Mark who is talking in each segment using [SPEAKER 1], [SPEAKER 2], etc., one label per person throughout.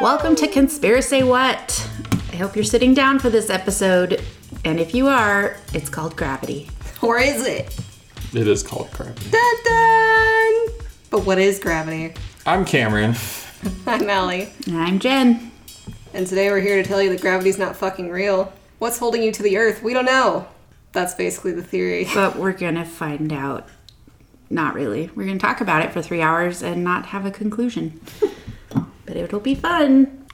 [SPEAKER 1] Welcome to Conspiracy What. I hope you're sitting down for this episode, and if you are, it's called gravity.
[SPEAKER 2] Or is it?
[SPEAKER 3] It is called gravity.
[SPEAKER 2] Dun dun! But what is gravity?
[SPEAKER 3] I'm Cameron.
[SPEAKER 2] I'm Allie.
[SPEAKER 1] And I'm Jen.
[SPEAKER 2] And today we're here to tell you that gravity's not fucking real. What's holding you to the earth? We don't know. That's basically the theory.
[SPEAKER 1] But we're gonna find out. Not really. We're gonna talk about it for three hours and not have a conclusion. but it'll be fun.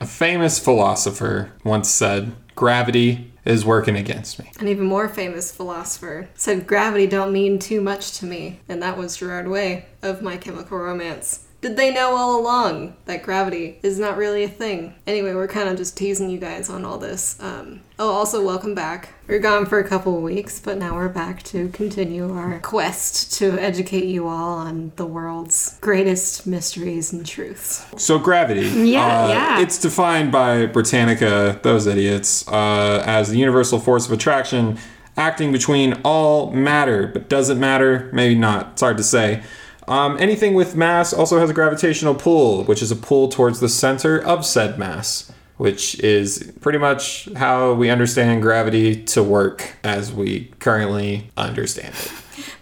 [SPEAKER 3] A famous philosopher once said, Gravity is working against me.
[SPEAKER 2] An even more famous philosopher said gravity don't mean too much to me, and that was Gerard Way of My Chemical Romance. Did they know all along that gravity is not really a thing? Anyway, we're kind of just teasing you guys on all this. Um, oh, also, welcome back. We were gone for a couple of weeks, but now we're back to continue our quest to educate you all on the world's greatest mysteries and truths.
[SPEAKER 3] So, gravity. uh,
[SPEAKER 1] Yeah, yeah.
[SPEAKER 3] It's defined by Britannica, those idiots, uh, as the universal force of attraction acting between all matter, but does it matter? Maybe not. It's hard to say. Um, anything with mass also has a gravitational pull, which is a pull towards the center of said mass, which is pretty much how we understand gravity to work as we currently understand it.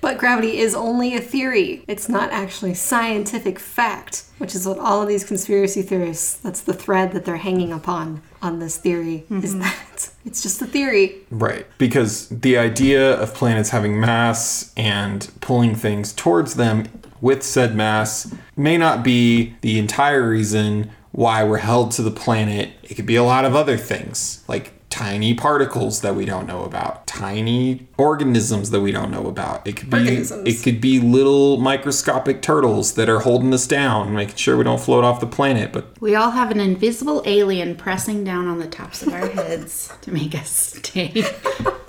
[SPEAKER 2] But gravity is only a theory. It's not actually scientific fact, which is what all of these conspiracy theorists, that's the thread that they're hanging upon on this theory, is that it's- it's just a theory.
[SPEAKER 3] Right. Because the idea of planets having mass and pulling things towards them with said mass may not be the entire reason why we're held to the planet. It could be a lot of other things, like tiny particles that we don't know about, tiny organisms that we don't know about. It could be
[SPEAKER 2] Organisms.
[SPEAKER 3] it could be little microscopic turtles that are holding us down, making sure we don't float off the planet, but
[SPEAKER 1] We all have an invisible alien pressing down on the tops of our heads to make us stay.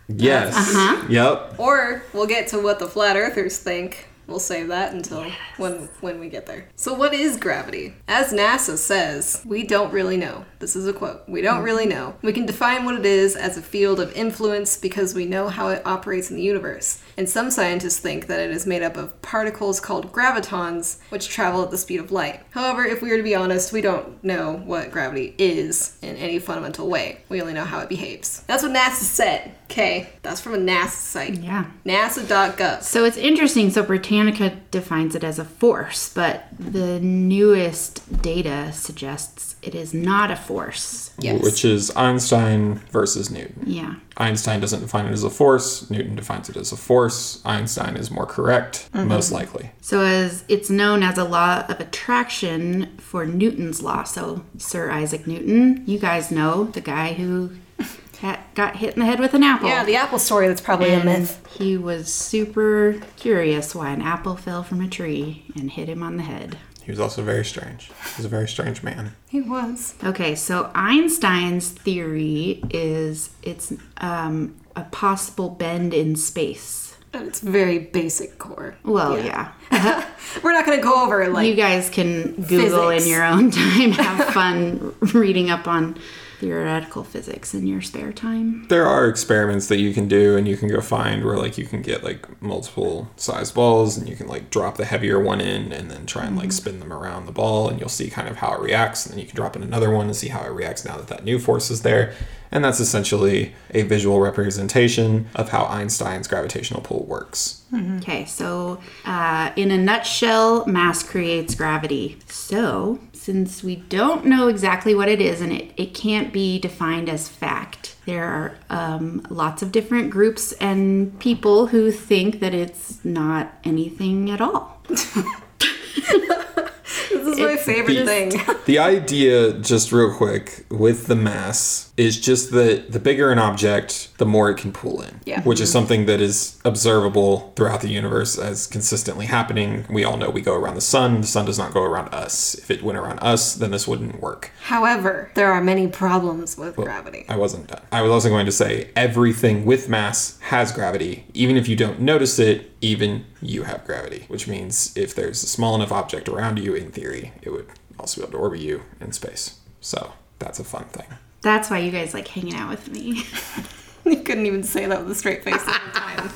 [SPEAKER 3] yes.
[SPEAKER 2] uh-huh.
[SPEAKER 3] Yep.
[SPEAKER 2] Or we'll get to what the flat earthers think. We'll save that until when when we get there. So what is gravity? As NASA says, we don't really know. This is a quote. We don't really know. We can define what it is as a field of influence because we know how it operates in the universe. And some scientists think that it is made up of particles called gravitons, which travel at the speed of light. However, if we were to be honest, we don't know what gravity is in any fundamental way. We only know how it behaves. That's what NASA said. Okay, that's from a NASA site.
[SPEAKER 1] yeah.
[SPEAKER 2] NASA.gov.
[SPEAKER 1] So it's interesting. So Britannica defines it as a force, but the newest data suggests it is not a force.
[SPEAKER 2] Yes.
[SPEAKER 3] Which is Einstein versus Newton.
[SPEAKER 1] Yeah.
[SPEAKER 3] Einstein doesn't define it as a force. Newton defines it as a force. Einstein is more correct, most likely.
[SPEAKER 1] So as it's known as a law of attraction for Newton's law. So Sir Isaac Newton, you guys know the guy who ha- got hit in the head with an apple.
[SPEAKER 2] yeah, the Apple story that's probably a
[SPEAKER 1] and
[SPEAKER 2] myth.
[SPEAKER 1] he was super curious why an apple fell from a tree and hit him on the head.
[SPEAKER 3] He was also very strange. He was a very strange man.
[SPEAKER 2] He was.
[SPEAKER 1] Okay, so Einstein's theory is it's um, a possible bend in space.
[SPEAKER 2] At its very basic core.
[SPEAKER 1] Well, yeah.
[SPEAKER 2] Yeah. We're not going to go over like
[SPEAKER 1] You guys can Google
[SPEAKER 2] Physics.
[SPEAKER 1] in your own time, have fun reading up on theoretical physics in your spare time.
[SPEAKER 3] There are experiments that you can do and you can go find where like you can get like multiple size balls and you can like drop the heavier one in and then try and like spin them around the ball and you'll see kind of how it reacts and then you can drop in another one and see how it reacts now that that new force is there. And that's essentially a visual representation of how Einstein's gravitational pull works.
[SPEAKER 1] Okay, so uh, in a nutshell, mass creates gravity. So, since we don't know exactly what it is and it, it can't be defined as fact, there are um, lots of different groups and people who think that it's not anything at all.
[SPEAKER 2] this is my favorite thing.
[SPEAKER 3] the idea, just real quick, with the mass is just that the bigger an object, the more it can pull in.
[SPEAKER 2] Yeah.
[SPEAKER 3] Which is something that is observable throughout the universe as consistently happening. We all know we go around the sun. The sun does not go around us. If it went around us, then this wouldn't work.
[SPEAKER 2] However, there are many problems with gravity.
[SPEAKER 3] I wasn't done. I was also going to say everything with mass has gravity. Even if you don't notice it, even you have gravity, which means if there's a small enough object around you, in theory, it would also be able to orbit you in space. So that's a fun thing.
[SPEAKER 1] That's why you guys like hanging out with me.
[SPEAKER 2] You couldn't even say that with a straight face the whole time.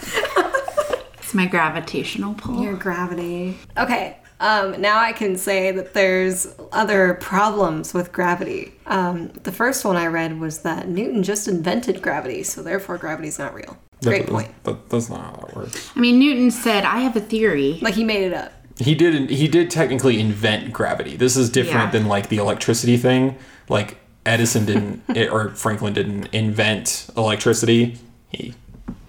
[SPEAKER 1] It's my gravitational pull.
[SPEAKER 2] Your gravity. Okay. Um, now I can say that there's other problems with gravity. Um, the first one I read was that Newton just invented gravity, so therefore gravity's not real. Great
[SPEAKER 3] That-
[SPEAKER 2] point.
[SPEAKER 3] That, that's not how that works.
[SPEAKER 1] I mean, Newton said, I have a theory.
[SPEAKER 2] Like he made it up.
[SPEAKER 3] He did. He did technically invent gravity. This is different
[SPEAKER 1] Yeah.
[SPEAKER 3] than like the electricity thing. Like Edison didn't, it- or Franklin didn't invent electricity. He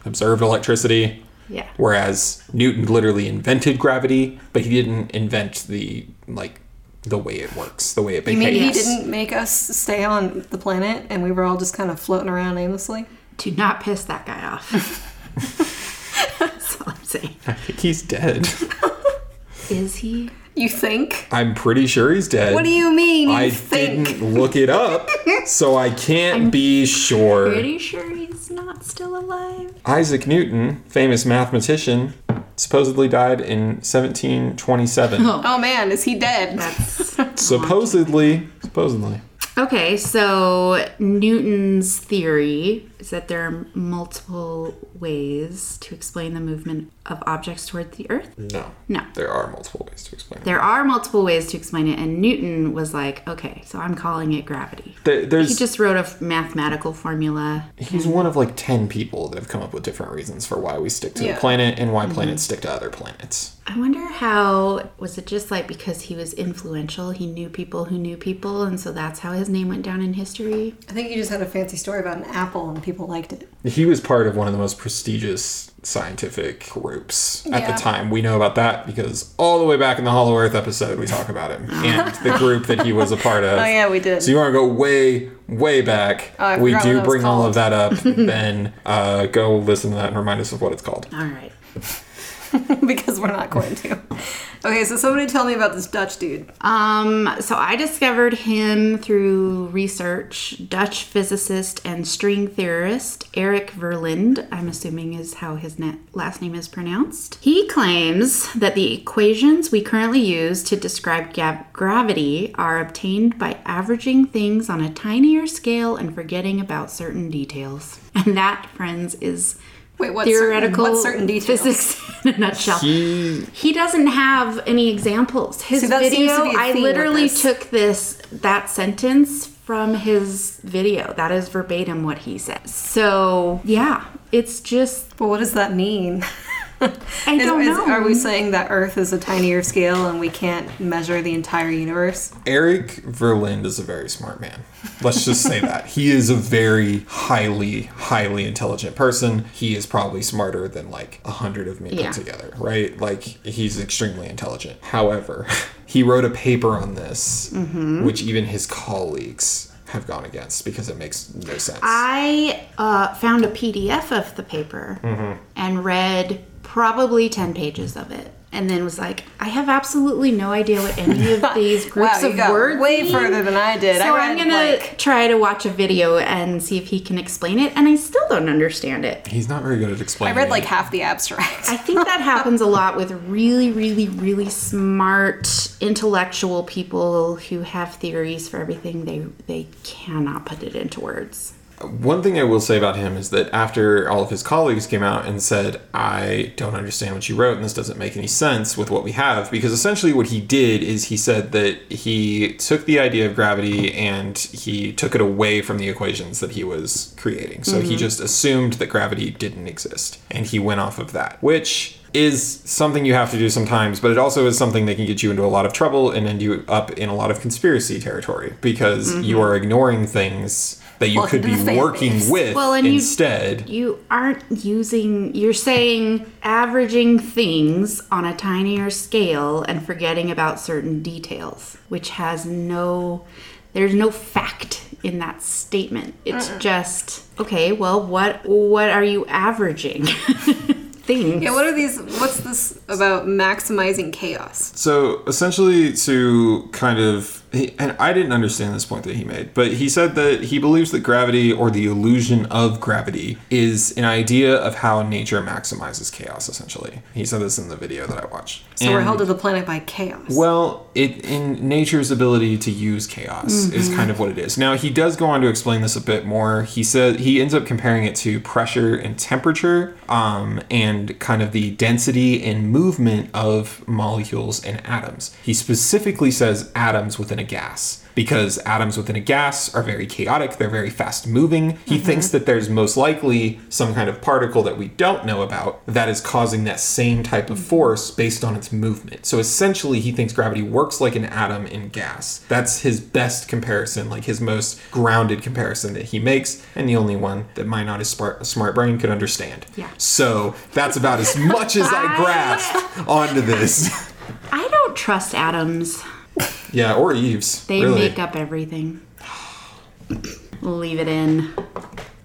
[SPEAKER 3] observed electricity.
[SPEAKER 1] Yeah.
[SPEAKER 3] Whereas Newton literally invented gravity, but he didn't invent the like the way it works, the way it
[SPEAKER 2] You mean
[SPEAKER 3] behaves.
[SPEAKER 2] he didn't make us stay on the planet and we were all just kind of floating around aimlessly?
[SPEAKER 1] Do not piss that guy off. That's all I'm saying.
[SPEAKER 3] I think he's dead.
[SPEAKER 1] Is he?
[SPEAKER 2] You think?
[SPEAKER 3] I'm pretty sure he's dead.
[SPEAKER 2] What do you mean? You
[SPEAKER 3] I
[SPEAKER 2] think?
[SPEAKER 3] didn't look it up, so I can't be sure.
[SPEAKER 1] Pretty sure he's not still alive.
[SPEAKER 3] Isaac Newton, famous mathematician, supposedly died in 1727.
[SPEAKER 2] Oh man, is he dead?
[SPEAKER 1] That's
[SPEAKER 3] supposedly, supposedly.
[SPEAKER 1] Okay, so Newton's theory is that there are multiple ways to explain the movement of objects toward the Earth.
[SPEAKER 3] No.
[SPEAKER 1] No.
[SPEAKER 3] There are multiple ways to explain it.
[SPEAKER 1] There are multiple ways to explain it, and Newton was like, okay, so I'm calling it gravity.
[SPEAKER 3] There, there's
[SPEAKER 1] He just wrote a f- mathematical formula.
[SPEAKER 3] he's one of like 10 people that have come up with different reasons for why we stick to
[SPEAKER 2] Yeah.
[SPEAKER 3] the planet and
[SPEAKER 1] Mm-hmm.
[SPEAKER 3] why planets stick to other planets.
[SPEAKER 1] I wonder how, was it just like because he was influential, he knew people who knew people, and so that's how his name went down in history?
[SPEAKER 2] I think you just had a fancy story about an apple and people liked it.
[SPEAKER 3] He was part of one of the most prestigious scientific groups at
[SPEAKER 2] Yeah.
[SPEAKER 3] the time. We know about that because all the way back in the Hollow Earth episode, we talk about him and the group that he was a part of.
[SPEAKER 2] Oh yeah, we did. Oh,
[SPEAKER 3] So you want to go way, way back?
[SPEAKER 2] I
[SPEAKER 3] we
[SPEAKER 2] forgot what
[SPEAKER 3] do
[SPEAKER 2] it was
[SPEAKER 3] bring all
[SPEAKER 2] called.
[SPEAKER 3] of that up. then uh, go listen to that and remind us of what it's called.
[SPEAKER 1] All right.
[SPEAKER 2] because we're not going to. Okay, so somebody tell me about this Dutch dude.
[SPEAKER 1] Um, so I discovered him through research. Dutch physicist and string theorist Eric Verlind, I'm assuming is how his na- last name is pronounced. He claims that the equations we currently use to describe ga- gravity are obtained by averaging things on a tinier scale and forgetting about certain details. And that, friends, is
[SPEAKER 2] Wait, what
[SPEAKER 1] theoretical
[SPEAKER 2] Certain, what certain details?
[SPEAKER 1] physics in a nutshell.
[SPEAKER 3] He
[SPEAKER 1] He doesn't have any examples. His
[SPEAKER 2] See, that seems
[SPEAKER 1] video,
[SPEAKER 2] to be a
[SPEAKER 1] I
[SPEAKER 2] theme with
[SPEAKER 1] literally
[SPEAKER 2] this.
[SPEAKER 1] took this that sentence from his video. That is verbatim what he said. So yeah, it's just
[SPEAKER 2] But what does that mean?
[SPEAKER 1] I don't know.
[SPEAKER 2] Are we saying that Earth is a tinier scale and we can't measure the entire universe?
[SPEAKER 3] Eric Verlind is a very smart man. Let's just say that. He is a very highly, highly intelligent person. He is probably smarter than like a hundred of me
[SPEAKER 1] Yeah.
[SPEAKER 3] put together, right? Like he's extremely intelligent. However, he wrote a paper on this,
[SPEAKER 2] Mm-hmm.
[SPEAKER 3] which even his colleagues have gone against because it makes no sense.
[SPEAKER 1] I uh, found a PDF of the paper and read probably ten pages of it. And then was like, I have absolutely no idea what any of these
[SPEAKER 2] Wow,
[SPEAKER 1] groups
[SPEAKER 2] you
[SPEAKER 1] of
[SPEAKER 2] got
[SPEAKER 1] words
[SPEAKER 2] way
[SPEAKER 1] mean.
[SPEAKER 2] further than I did.
[SPEAKER 1] So
[SPEAKER 2] I read
[SPEAKER 1] I'm gonna
[SPEAKER 2] like
[SPEAKER 1] try to watch a video and see if he can explain it, and I still don't understand it.
[SPEAKER 3] he's not very good at
[SPEAKER 2] I
[SPEAKER 3] explaining.
[SPEAKER 2] read like
[SPEAKER 3] it.
[SPEAKER 2] half the abstract.
[SPEAKER 1] I think that happens a lot with really, really, really smart intellectual people who have theories for everything. They they cannot put it into words.
[SPEAKER 3] One thing I will say about him is that after all of his colleagues came out and said, I don't understand what you wrote and this doesn't make any sense with what we have, because essentially what he did is he said that he took the idea of gravity and he took it away from the equations that he was creating. So he just assumed that gravity didn't exist and he went off of that, which is something you have to do sometimes, but it also is something that can get you into a lot of trouble and end you up in a lot of conspiracy territory because you are ignoring things that you
[SPEAKER 2] Well,
[SPEAKER 3] could be
[SPEAKER 2] the fan
[SPEAKER 3] working
[SPEAKER 2] base.
[SPEAKER 3] with
[SPEAKER 1] Well, and you-
[SPEAKER 3] instead.
[SPEAKER 1] You aren't using. You're saying averaging things on a tinier scale and forgetting about certain details, which has no. There's no fact in that statement. It's just okay. Well, what what are you averaging? things.
[SPEAKER 2] yeah, what are these? What's this about maximizing chaos?
[SPEAKER 3] So essentially, to kind of, he, and I didn't understand this point that he made, but he said that he believes that gravity or the illusion of gravity is an idea of how nature maximizes chaos, essentially. He said this in the video that I watched.
[SPEAKER 2] So we're
[SPEAKER 3] And-
[SPEAKER 2] held to the planet by chaos.
[SPEAKER 3] Well, it in nature's ability to use chaos is kind of what it is. Now he does go on to explain this a bit more. He says he ends up comparing it to pressure and temperature, um, and kind of the density and movement of molecules and atoms. He specifically says atoms within a gas because atoms within a gas are very chaotic, they're very fast moving. He
[SPEAKER 1] Mm-hmm.
[SPEAKER 3] thinks that there's most likely some kind of particle that we don't know about that is causing that same type
[SPEAKER 1] Mm-hmm.
[SPEAKER 3] of force based on its movement. So essentially, he thinks gravity works like an atom in gas. That's his best comparison, like his most grounded comparison that he makes, and the only one that my not as smart, smart brain could understand.
[SPEAKER 1] Yeah.
[SPEAKER 3] So that's about as much as I grasped onto this.
[SPEAKER 1] I don't trust atoms.
[SPEAKER 3] yeah, or Eve's.
[SPEAKER 1] They
[SPEAKER 3] really.
[SPEAKER 1] make up everything. Leave it in.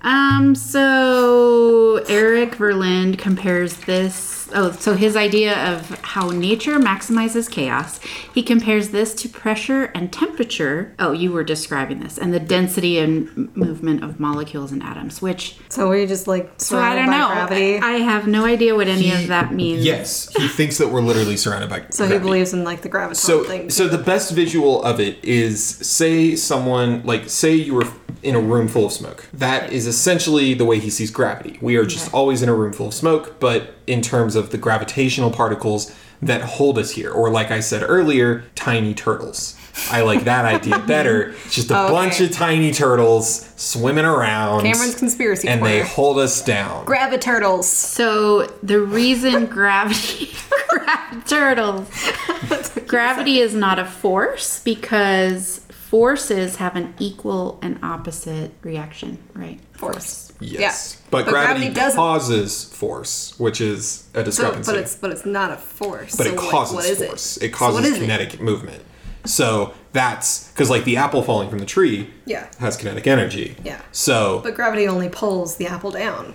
[SPEAKER 1] Um, so Eric Verland compares this. Oh, so his idea of how nature maximizes chaos, he compares this to pressure and temperature. Oh, you were describing this, and the density and m- movement of molecules and atoms, which,
[SPEAKER 2] So we're just like
[SPEAKER 1] so I
[SPEAKER 2] surrounded
[SPEAKER 1] don't
[SPEAKER 2] by
[SPEAKER 1] know.
[SPEAKER 2] gravity.
[SPEAKER 1] I have no idea what any of that means.
[SPEAKER 3] Yes, he thinks that we're literally surrounded by.
[SPEAKER 2] so he believes in like the graviton
[SPEAKER 3] So,
[SPEAKER 2] thing.
[SPEAKER 3] so the best visual of it is say someone like say you were in a room full of smoke. That is essentially the way he sees gravity. We are just always in a room full of smoke, but in terms of the gravitational particles that hold us here, or like I said earlier, tiny turtles. I like that idea better. It's just a
[SPEAKER 2] Okay.
[SPEAKER 3] bunch of tiny turtles swimming around.
[SPEAKER 2] Cameron's conspiracy
[SPEAKER 3] and they
[SPEAKER 2] corner.
[SPEAKER 3] hold us down.
[SPEAKER 2] Graviturtles.
[SPEAKER 1] So the reason gravity Grav- turtles gravity is not a force because forces have an equal and opposite reaction, right?
[SPEAKER 2] Force.
[SPEAKER 3] yes,
[SPEAKER 2] Yeah.
[SPEAKER 3] but, gravity,
[SPEAKER 2] doesn't.
[SPEAKER 3] causes force, which is a
[SPEAKER 2] So,
[SPEAKER 3] discrepancy.
[SPEAKER 2] but it's but it's not a force.
[SPEAKER 3] but
[SPEAKER 2] so
[SPEAKER 3] it
[SPEAKER 2] what-
[SPEAKER 3] causes
[SPEAKER 2] what is
[SPEAKER 3] force. It,
[SPEAKER 2] It, So what
[SPEAKER 3] causes
[SPEAKER 2] is
[SPEAKER 3] kinetic movement. So that's because like the apple falling from the tree
[SPEAKER 2] Yeah.
[SPEAKER 3] has kinetic energy.
[SPEAKER 2] Yeah.
[SPEAKER 3] So
[SPEAKER 2] But gravity only pulls the apple down.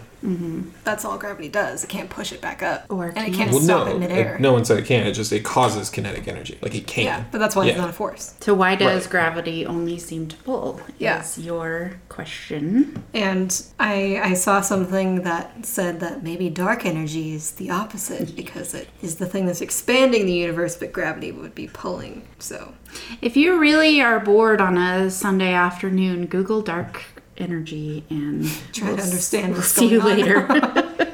[SPEAKER 2] That's all gravity does. It can't push it back up,
[SPEAKER 1] Mm-hmm. Or
[SPEAKER 2] and it
[SPEAKER 1] can.
[SPEAKER 2] can't
[SPEAKER 3] well,
[SPEAKER 2] stop
[SPEAKER 3] no,
[SPEAKER 2] it
[SPEAKER 3] it-
[SPEAKER 2] midair.
[SPEAKER 3] no one said it can. It just it causes kinetic energy. Like it can.
[SPEAKER 2] Yeah, but that's why it's
[SPEAKER 3] Yeah.
[SPEAKER 2] not a force.
[SPEAKER 1] So why does
[SPEAKER 3] Right.
[SPEAKER 1] gravity only seem to pull?
[SPEAKER 2] Yeah.
[SPEAKER 1] Is your question.
[SPEAKER 2] And I I saw something that said that maybe dark energy is the opposite because it is the thing that's expanding the universe, but gravity would be pulling. So
[SPEAKER 1] If you really are bored on a Sunday afternoon, Google dark energy and
[SPEAKER 2] try to understand what's
[SPEAKER 1] see
[SPEAKER 2] going
[SPEAKER 1] you
[SPEAKER 2] on.
[SPEAKER 1] later.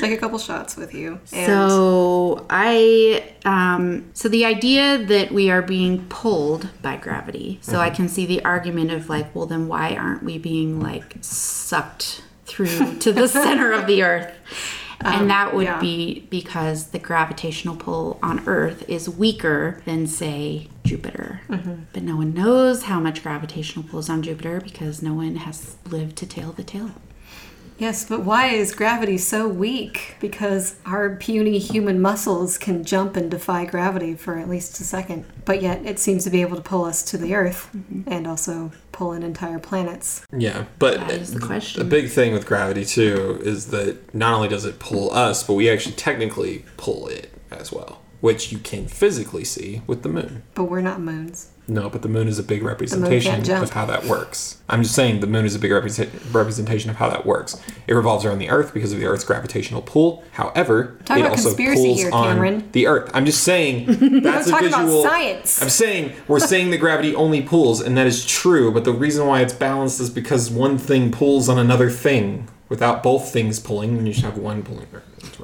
[SPEAKER 2] Take a couple shots with you. And
[SPEAKER 1] So I, um, so the idea that we are being pulled by gravity. So
[SPEAKER 2] Mm-hmm.
[SPEAKER 1] I can see the argument of like, well, then why aren't we being like sucked through to the center of the earth? And that would
[SPEAKER 2] Um, yeah.
[SPEAKER 1] be because the gravitational pull on Earth is weaker than, say, Jupiter.
[SPEAKER 2] Mm-hmm.
[SPEAKER 1] But no one knows how much gravitational pull is on Jupiter because no one has lived to tell the tale.
[SPEAKER 2] Yes, but why is gravity so weak? Because our puny human muscles can jump and defy gravity for at least a second. But yet it seems to be able to pull us to the earth
[SPEAKER 1] Mm-hmm.
[SPEAKER 2] and also pull in entire planets.
[SPEAKER 3] Yeah, but
[SPEAKER 1] That is the question.
[SPEAKER 3] a big thing with gravity too is that not only does it pull us, but we actually technically pull it as well, which you can physically see with the moon.
[SPEAKER 2] But we're not moons.
[SPEAKER 3] No, but the moon is a big
[SPEAKER 2] can't
[SPEAKER 3] representation
[SPEAKER 2] jump.
[SPEAKER 3] of how that works. I'm just saying the moon is a big represent- representation of how that works. It revolves around the Earth because of the Earth's gravitational pull. However,
[SPEAKER 2] Talking
[SPEAKER 3] it
[SPEAKER 2] about
[SPEAKER 3] also
[SPEAKER 2] conspiracy
[SPEAKER 3] pulls
[SPEAKER 2] here,
[SPEAKER 3] on
[SPEAKER 2] Cameron.
[SPEAKER 3] the Earth. I'm just saying that's a
[SPEAKER 2] talking about
[SPEAKER 3] visual.
[SPEAKER 2] science.
[SPEAKER 3] I'm saying we're saying that gravity only pulls, and that is true. But the reason why it's balanced is because one thing pulls on another thing. Without both things pulling, then you just have one pulling.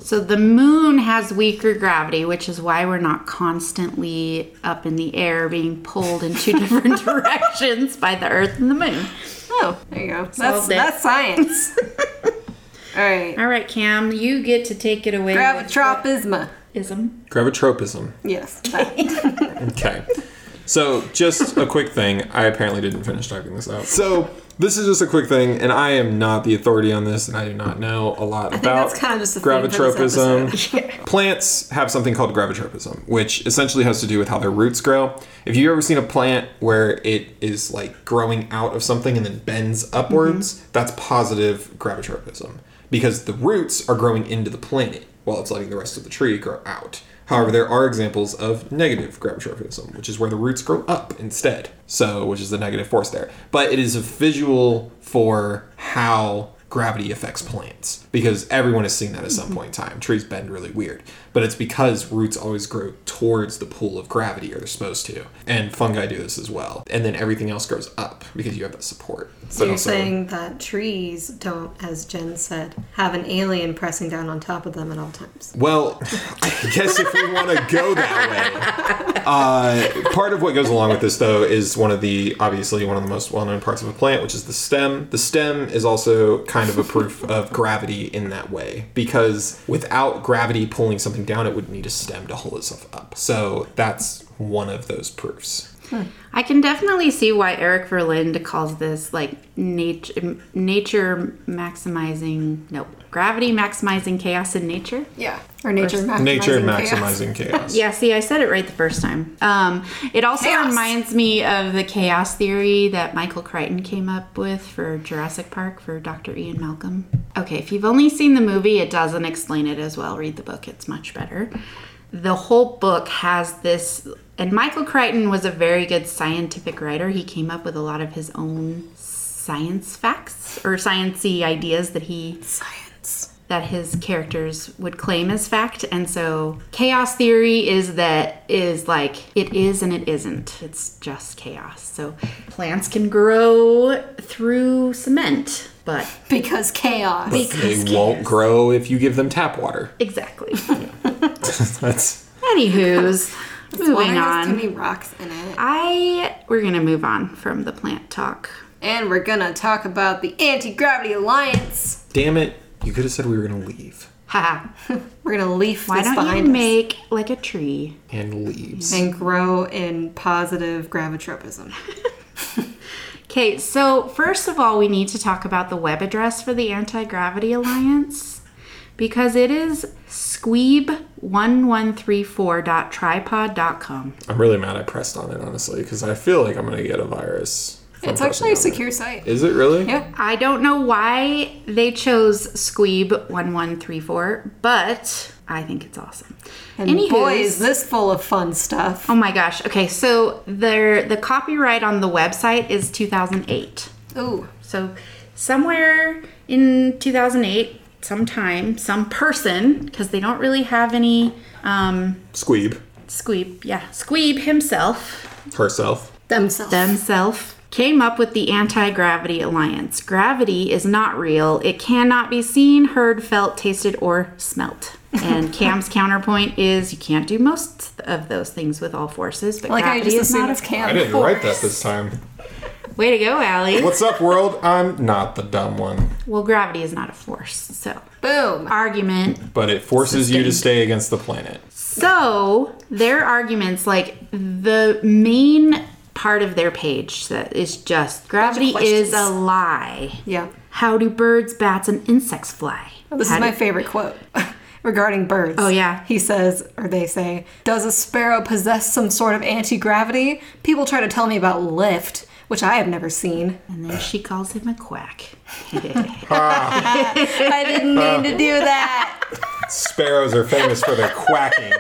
[SPEAKER 1] So the moon has weaker gravity, which is why we're not constantly up in the air being pulled in two different directions by the earth and the moon.
[SPEAKER 2] Oh, there you go. That's,
[SPEAKER 1] Solved it.
[SPEAKER 2] that's science. All right.
[SPEAKER 1] All right, Cam, you get to take it away.
[SPEAKER 2] Gravitropism.
[SPEAKER 1] Ism.
[SPEAKER 3] Gravitropism.
[SPEAKER 2] Yes. that.
[SPEAKER 3] Okay. So, just a quick thing. I apparently didn't finish typing this out. So, this is just a quick thing, and I am not the authority on this, and I do not know a lot about
[SPEAKER 2] that's kinda just a theme for this
[SPEAKER 3] gravitropism. Plants have something called gravitropism, which essentially has to do with how their roots grow. If you've ever seen a plant where it is like growing out of something and then bends upwards, that's positive gravitropism because the roots are growing into the planet while it's letting the rest of the tree grow out. However, there are examples of negative gravitropism, which is where the roots grow up instead. So, which is the negative force there. But it is a visual for
[SPEAKER 2] Mm-hmm.
[SPEAKER 3] how gravity affects plants because everyone has seen that at some point in time. Trees bend really weird. but it's because roots always grow towards the pool of gravity, or they're supposed to. And fungi do this as well. And then everything else grows up because you have that support.
[SPEAKER 2] So you're saying that trees don't, as Jen said, have an alien pressing down on top of them at all times.
[SPEAKER 3] Well, I guess if we want to go that way. Uh, part of what goes along with this, though, is one of the obviously one of the most well known parts of a plant, which is the stem. The stem is also kind of a proof of gravity in that way, because without gravity pulling something down, it would need a stem to hold itself up. So that's one of those proofs.
[SPEAKER 1] I can definitely see why Eric Verlinde calls this like nature nature maximizing no gravity maximizing chaos in nature.
[SPEAKER 2] Yeah. Or nature
[SPEAKER 1] Or-
[SPEAKER 2] maximizing.
[SPEAKER 3] Nature
[SPEAKER 2] chaos.
[SPEAKER 3] maximizing chaos.
[SPEAKER 1] Yeah, see, I said it right the first time. Um, it also
[SPEAKER 2] Chaos.
[SPEAKER 1] reminds me of the chaos theory that Michael Crichton came up with for Jurassic Park for Dr. Ian Malcolm. Okay, if you've only seen the movie, it doesn't explain it as well. Read the book, it's much better. The whole book has this, and Michael Crichton was a very good scientific writer. He came up with a lot of his own science facts or sciencey ideas that he
[SPEAKER 2] Science.
[SPEAKER 1] that his characters would claim as fact and so chaos theory is that is like it is and it isn't it's just chaos so plants can grow through cement but
[SPEAKER 2] Because chaos.
[SPEAKER 3] But they won't grow if you give them tap water.
[SPEAKER 1] exactly
[SPEAKER 3] That's
[SPEAKER 1] anywhoos
[SPEAKER 2] Why
[SPEAKER 1] moving
[SPEAKER 2] has too
[SPEAKER 1] on
[SPEAKER 2] many rocks in it?
[SPEAKER 1] i we're gonna move on from the plant talk
[SPEAKER 2] And we're gonna talk about the Anti-Gravity Alliance.
[SPEAKER 3] damn it. You could have said we were gonna leave
[SPEAKER 1] haha
[SPEAKER 2] We're gonna leaf
[SPEAKER 1] why
[SPEAKER 2] this
[SPEAKER 1] don't you
[SPEAKER 2] behind us
[SPEAKER 1] make like a tree
[SPEAKER 3] and leaves.
[SPEAKER 2] and grow in positive gravitropism.
[SPEAKER 1] Okay, so first of all, we need to talk about the web address for the Anti Gravity Alliance because it is squeeb1134.tripod.com.
[SPEAKER 3] I'm really mad I pressed on it, honestly, because I feel like I'm going to get a virus. from
[SPEAKER 2] It's actually a
[SPEAKER 3] pressing on
[SPEAKER 2] secure site.
[SPEAKER 3] it. Is it really?
[SPEAKER 2] Yeah.
[SPEAKER 1] I don't know why they chose squeeb1134, but I think it's awesome.
[SPEAKER 2] And boy, is this full of fun stuff.
[SPEAKER 1] oh my gosh. Okay, so their the copyright on the website is 2008.
[SPEAKER 2] Ooh.
[SPEAKER 1] So, somewhere in 2008, sometime, some person, because they don't really have any, um,
[SPEAKER 3] Squeeb
[SPEAKER 1] Squeeb, yeah, Squeeb himself,
[SPEAKER 3] herself.
[SPEAKER 2] Themselves.
[SPEAKER 1] themself, came up with the Anti Gravity Alliance. Gravity is not real, it cannot be seen, heard, felt, tasted, or smelt. And Cam's counterpoint is you can't do most of those things with all forces, but
[SPEAKER 2] Like I
[SPEAKER 1] gravity
[SPEAKER 2] just
[SPEAKER 1] is
[SPEAKER 2] assume
[SPEAKER 1] not
[SPEAKER 2] it's
[SPEAKER 1] a
[SPEAKER 2] camp.
[SPEAKER 3] I didn't write that this time.
[SPEAKER 1] way to go, Allie.
[SPEAKER 3] What's up, world? I'm not the dumb one,
[SPEAKER 1] Well, gravity is not a force, so
[SPEAKER 2] Boom.
[SPEAKER 1] argument
[SPEAKER 3] but it forces you to stay against the planet.
[SPEAKER 1] So their arguments, like the main part of their page that is just gravity
[SPEAKER 2] questions.
[SPEAKER 1] is a lie.
[SPEAKER 2] Yeah.
[SPEAKER 1] How do birds, bats, and insects fly?
[SPEAKER 2] This
[SPEAKER 1] How
[SPEAKER 2] is
[SPEAKER 1] do-
[SPEAKER 2] my favorite quote regarding birds.
[SPEAKER 1] Oh, yeah.
[SPEAKER 2] He says, or they say, Does a sparrow possess some sort of anti gravity? People try to tell me about lift, which I have never seen.
[SPEAKER 1] and then she calls him a quack.
[SPEAKER 2] I didn't mean to do that.
[SPEAKER 3] Sparrows are famous for their quacking.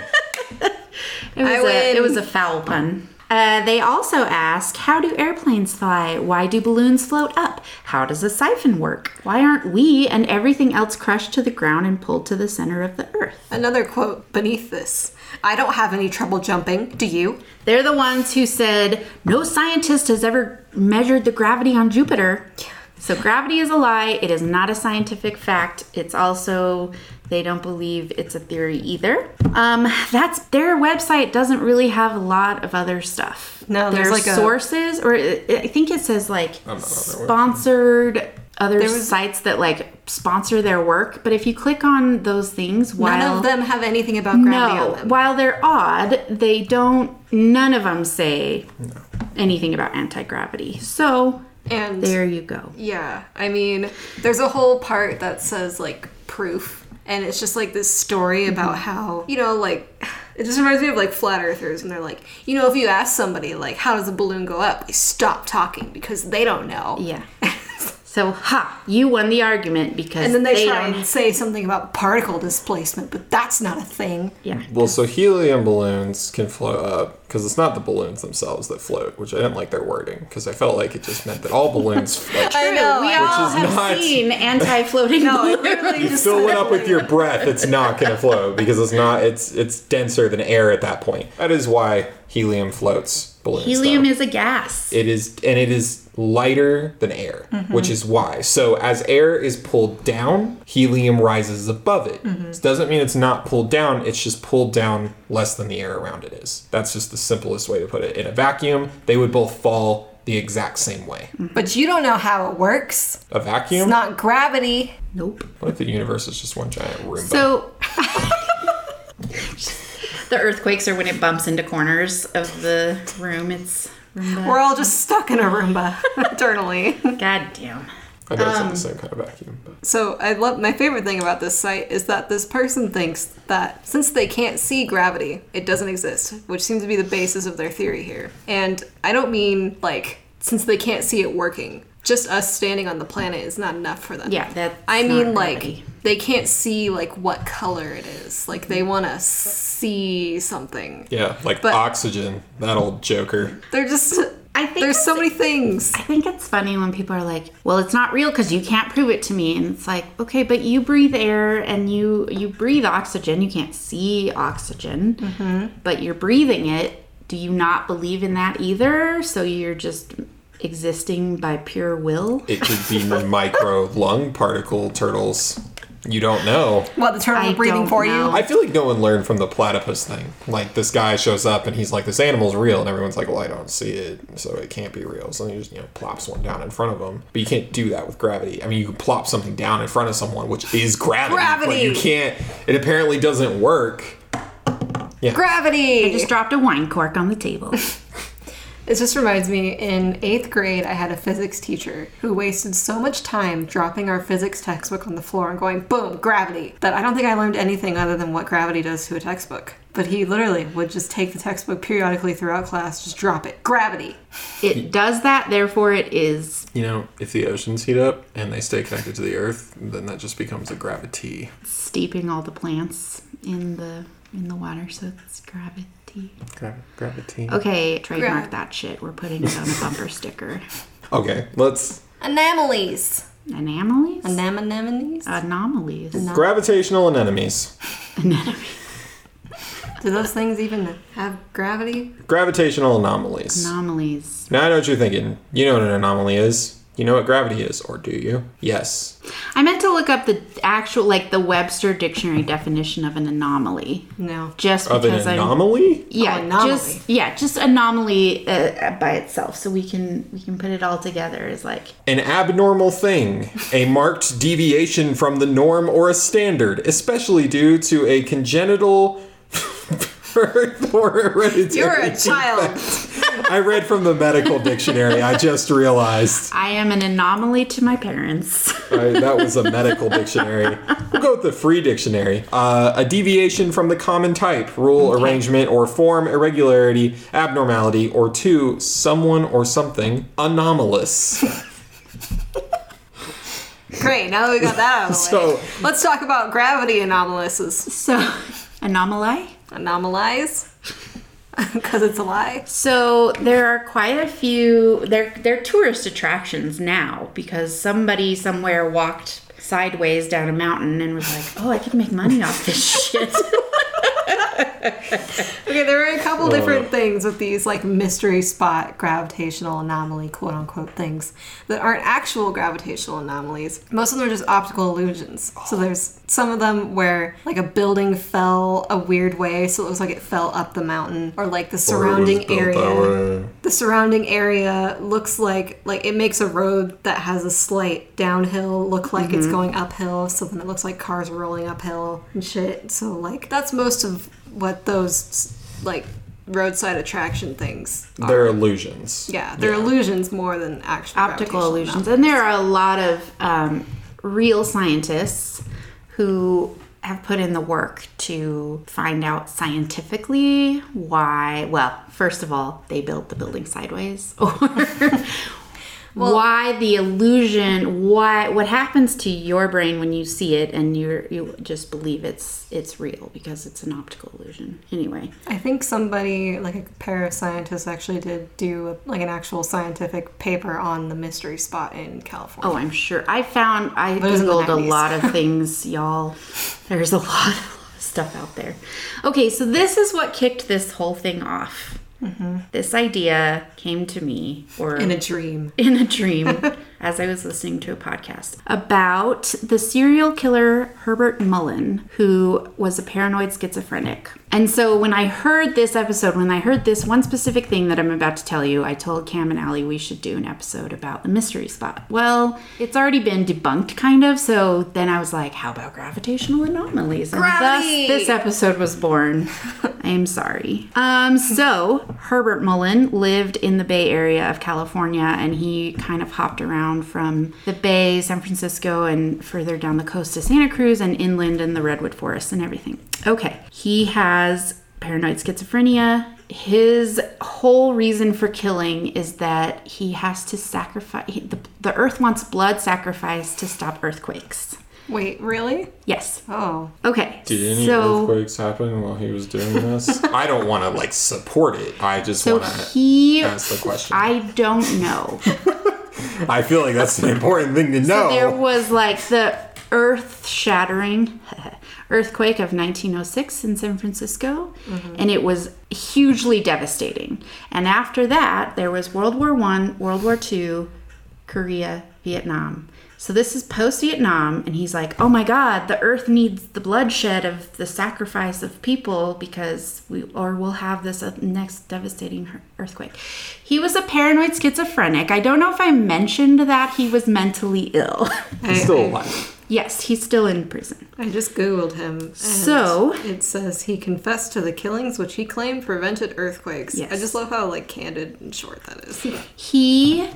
[SPEAKER 1] It was,
[SPEAKER 2] I
[SPEAKER 1] a
[SPEAKER 2] win.
[SPEAKER 1] it was a foul pun. Uh, they also ask, how do airplanes fly? Why do balloons float up? How does a siphon work? Why aren't we and everything else crushed to the ground and pulled to the center of the earth?
[SPEAKER 2] Another quote beneath this I don't have any trouble jumping. Do you?
[SPEAKER 1] They're the ones who said no scientist has ever measured the gravity on Jupiter. So gravity is a lie. It is not a scientific fact. It's also they don't believe it's a theory either. Um, that's their website doesn't really have a lot of other stuff.
[SPEAKER 2] No, there's
[SPEAKER 1] Their
[SPEAKER 2] like a-
[SPEAKER 1] sources, or it- I think it says like
[SPEAKER 3] I'm not on their website.
[SPEAKER 1] sponsored other
[SPEAKER 2] was-
[SPEAKER 1] sites that like sponsor their work. But if you click on those things, while
[SPEAKER 2] None of them have anything about gravity on
[SPEAKER 1] no,
[SPEAKER 2] them.
[SPEAKER 1] while they're odd, they don't. None of them say anything about anti gravity. So
[SPEAKER 2] And
[SPEAKER 1] there you go.
[SPEAKER 2] Yeah, I mean, there's a whole part that says like proof, and it's just like this story
[SPEAKER 1] Mm-hmm.
[SPEAKER 2] about how you know, like it just reminds me of like flat earthers, and they're like, you know, if you ask somebody like, how does a balloon go up, they stop talking because they don't know.
[SPEAKER 1] Yeah. So, ha, you won the argument because
[SPEAKER 2] And then they, try
[SPEAKER 1] don't.
[SPEAKER 2] and say something about particle displacement, but that's not a thing.
[SPEAKER 1] Yeah.
[SPEAKER 3] Well, so helium balloons can float up because it's not the balloons themselves that float, which I didn't like their wording because I felt like it just meant that all balloons float.
[SPEAKER 2] I
[SPEAKER 1] True,
[SPEAKER 2] know,
[SPEAKER 1] we
[SPEAKER 2] I-
[SPEAKER 1] all
[SPEAKER 3] is
[SPEAKER 1] have
[SPEAKER 3] not-
[SPEAKER 1] seen anti-floating
[SPEAKER 2] No, it
[SPEAKER 1] balloons.
[SPEAKER 2] literally just
[SPEAKER 3] Fill it up with your breath; it's not going to float because it's not. It's it's denser than air at that point. That is why helium floats balloons.
[SPEAKER 1] Helium
[SPEAKER 3] though.
[SPEAKER 1] is a gas.
[SPEAKER 3] It is, and it is lighter than air,
[SPEAKER 1] Mm-hmm.
[SPEAKER 3] which is why. So as air is pulled down, helium rises above it.
[SPEAKER 1] Mm-hmm.
[SPEAKER 3] This doesn't mean it's not pulled down. It's just pulled down less than the air around it is. That's just the simplest way to put it. In a vacuum, they would both fall the exact same way.
[SPEAKER 2] But you don't know how it works.
[SPEAKER 3] A
[SPEAKER 2] It's
[SPEAKER 3] vacuum.
[SPEAKER 2] not gravity.
[SPEAKER 1] nope.
[SPEAKER 3] what if the universe is just one giant Roomba?
[SPEAKER 1] So the earthquakes are when it bumps into corners of the room. It's
[SPEAKER 2] We're all just stuck in a Roomba eternally.
[SPEAKER 1] goddamn.
[SPEAKER 3] I know it's
[SPEAKER 1] um,
[SPEAKER 3] not the same kind of vacuum. But.
[SPEAKER 2] So I love my favorite thing about this site is that this person thinks that since they can't see gravity, it doesn't exist, which seems to be the basis of their theory here. And I don't mean like since they can't see it working. Just us standing on the planet is not enough for them.
[SPEAKER 1] Yeah, that's
[SPEAKER 2] I mean
[SPEAKER 1] not
[SPEAKER 2] like
[SPEAKER 1] gravity.
[SPEAKER 2] they can't see like what color it is. Like
[SPEAKER 1] Mm-hmm.
[SPEAKER 2] they want to see something.
[SPEAKER 3] Yeah, like
[SPEAKER 2] But-
[SPEAKER 3] oxygen. That old joker.
[SPEAKER 2] They're just
[SPEAKER 1] I think
[SPEAKER 2] there's
[SPEAKER 1] it's-
[SPEAKER 2] so many things.
[SPEAKER 1] I think it's funny when people are like, "Well, it's not real because you can't prove it to me," and it's like, "Okay, but you breathe air and you you breathe oxygen. You can't see oxygen, but you're breathing it. Do you not believe in that either? So you're just existing by pure will."
[SPEAKER 3] It could be micro lung particle turtles. You don't know.
[SPEAKER 2] What the turtle
[SPEAKER 1] I
[SPEAKER 2] breathing
[SPEAKER 1] don't
[SPEAKER 2] for
[SPEAKER 1] know.
[SPEAKER 2] you?
[SPEAKER 3] I feel like no one learned from the platypus thing. Like this guy shows up and he's like, "This animal's real," and everyone's like, "Well, I don't see it, so it can't be real." So he just you know plops one down in front of him. But you can't do that with gravity. I mean, you can plop something down in front of someone, which is gravity. But
[SPEAKER 2] Gravity!
[SPEAKER 3] you can't. It apparently doesn't work.
[SPEAKER 2] Gravity.
[SPEAKER 1] Just dropped a wine cork on the table.
[SPEAKER 2] It just reminds me in eighth grade, I had a physics teacher who wasted so much time dropping our physics textbook on the floor and going, boom, gravity, that I don't think I learned anything other than what gravity does to a textbook. But he literally would just take the textbook periodically throughout class, just drop it. Gravity.
[SPEAKER 1] It does that, therefore it is.
[SPEAKER 3] You know, if the oceans heat up and they stay connected to the Earth, then that just becomes a gravity.
[SPEAKER 1] steeping all the plants in the in the water, so it's gravity.
[SPEAKER 3] Gra- gravity.
[SPEAKER 1] Okay, trademark
[SPEAKER 2] Gra-
[SPEAKER 1] that shit. We're putting it on a bumper sticker.
[SPEAKER 3] Okay, let's
[SPEAKER 2] Anomalies.
[SPEAKER 1] Anomalies.
[SPEAKER 2] Anam- anomalies?
[SPEAKER 1] Uh, Anomalies.
[SPEAKER 3] gravitational anemones.
[SPEAKER 2] Do those things even have gravity?
[SPEAKER 3] Gravitational anomalies.
[SPEAKER 1] Anomalies.
[SPEAKER 3] Now I know what you're thinking. You know what an anomaly is. You know what gravity is, or do you? Yes.
[SPEAKER 1] I meant to look up the actual, like the Webster dictionary definition of an anomaly,
[SPEAKER 2] No.
[SPEAKER 1] just
[SPEAKER 3] Of an
[SPEAKER 1] because I'm.
[SPEAKER 3] anomaly?
[SPEAKER 1] Yeah,
[SPEAKER 2] Oh, anomaly.
[SPEAKER 1] just yeah, just anomaly uh, by itself. So we can we can put it all together as like
[SPEAKER 3] An abnormal thing, a marked deviation from the norm or a standard, especially due to a congenital birth or hereditary.
[SPEAKER 2] You're a child.
[SPEAKER 3] I read from the medical dictionary. I just realized
[SPEAKER 1] I am an anomaly to my parents.
[SPEAKER 3] I, that was a medical dictionary. We'll go with the free dictionary. Uh, a deviation from the common type, rule, arrangement, or form, irregularity, abnormality, or two, someone or something anomalous.
[SPEAKER 2] Great, now that we got that out of the way.
[SPEAKER 3] So-
[SPEAKER 2] Let's talk about gravity anomalies.
[SPEAKER 1] so, anomaly.
[SPEAKER 2] Anomalies? Because it's a lie.
[SPEAKER 1] So there are quite a few. They're they're tourist attractions now because somebody somewhere walked sideways down a mountain and was like, "Oh, I could make money off this shit."
[SPEAKER 2] Okay, there were a couple different things with these like mystery spot gravitational anomaly quote unquote things that aren't actual gravitational anomalies. Most of them are just optical illusions. So there's some of them where like a building fell a weird way, so it looks like it fell up the mountain, or like the surrounding area. The surrounding area looks like like it makes a road that has a slight downhill look like it's going uphill, so then it looks like cars are rolling uphill and shit. So like that's most of what those like roadside attraction things.
[SPEAKER 3] They're illusions.
[SPEAKER 2] Yeah, they're illusions more than actual
[SPEAKER 1] Optical
[SPEAKER 2] gravitational
[SPEAKER 1] illusions, and there are a lot of um, real scientists who have put in the work to find out scientifically why. Well, first of all, they built the building sideways, or why the illusion, why what happens to your brain when you see it and you you just believe it's it's real because it's an optical illusion. Anyway,
[SPEAKER 2] I think somebody, like a pair of scientists, actually did do like an actual scientific paper on the mystery spot in California.
[SPEAKER 1] oh, I'm sure I found I
[SPEAKER 2] was in the
[SPEAKER 1] googled a
[SPEAKER 2] 90s.
[SPEAKER 1] lot of things, y'all. There's a lot of stuff out there. Okay, so this is what kicked this whole thing off. This idea came to me, or
[SPEAKER 2] Mm-hmm. In a dream.
[SPEAKER 1] in a dream as I was listening to a podcast about the serial killer Herbert Mullen, who was a paranoid schizophrenic. And so when I heard this episode, when I heard this one specific thing that I'm about to tell you, I told Cam and Allie we should do an episode about the mystery spot. Well, it's already been debunked, kind of. So then I was like, how about gravitational anomalies? And
[SPEAKER 2] Gravity!
[SPEAKER 1] thus this episode was born. I am sorry. Um, so Herbert Mullen lived in the Bay Area of California, and he kind of hopped around from the Bay, San Francisco, and further down the coast to Santa Cruz and inland in the redwood forests and everything. Okay, he has paranoid schizophrenia. His whole reason for killing is that he has to sacrifice. he- The, the earth wants blood sacrifice to stop earthquakes.
[SPEAKER 2] Wait, really?
[SPEAKER 1] Yes.
[SPEAKER 2] Oh.
[SPEAKER 1] Okay.
[SPEAKER 3] Did any
[SPEAKER 1] so,
[SPEAKER 3] earthquakes happen while he was doing this? I don't want to like support it. I just
[SPEAKER 1] So
[SPEAKER 3] want to.
[SPEAKER 1] he,
[SPEAKER 3] That's the question.
[SPEAKER 1] I don't know.
[SPEAKER 3] I feel like that's an important thing to know.
[SPEAKER 1] There was like the earth shattering earthquake of 1906 in San Francisco, and it was hugely devastating. And after that, there was World War One, World War Two, Korea, Vietnam. So this is post Vietnam, and he's like, "Oh my God, the Earth needs the bloodshed of the sacrifice of people because we, or we'll have this uh, next devastating ear- earthquake." He was a paranoid schizophrenic. I don't know if I mentioned that he was mentally ill.
[SPEAKER 2] I,
[SPEAKER 3] Still
[SPEAKER 2] I-
[SPEAKER 3] alive.
[SPEAKER 1] yes, he's still in prison.
[SPEAKER 2] I just googled him. and
[SPEAKER 1] So-
[SPEAKER 2] it says he confessed to the killings, which he claimed prevented earthquakes.
[SPEAKER 1] Yes.
[SPEAKER 2] I just love how like candid and short that is.
[SPEAKER 1] He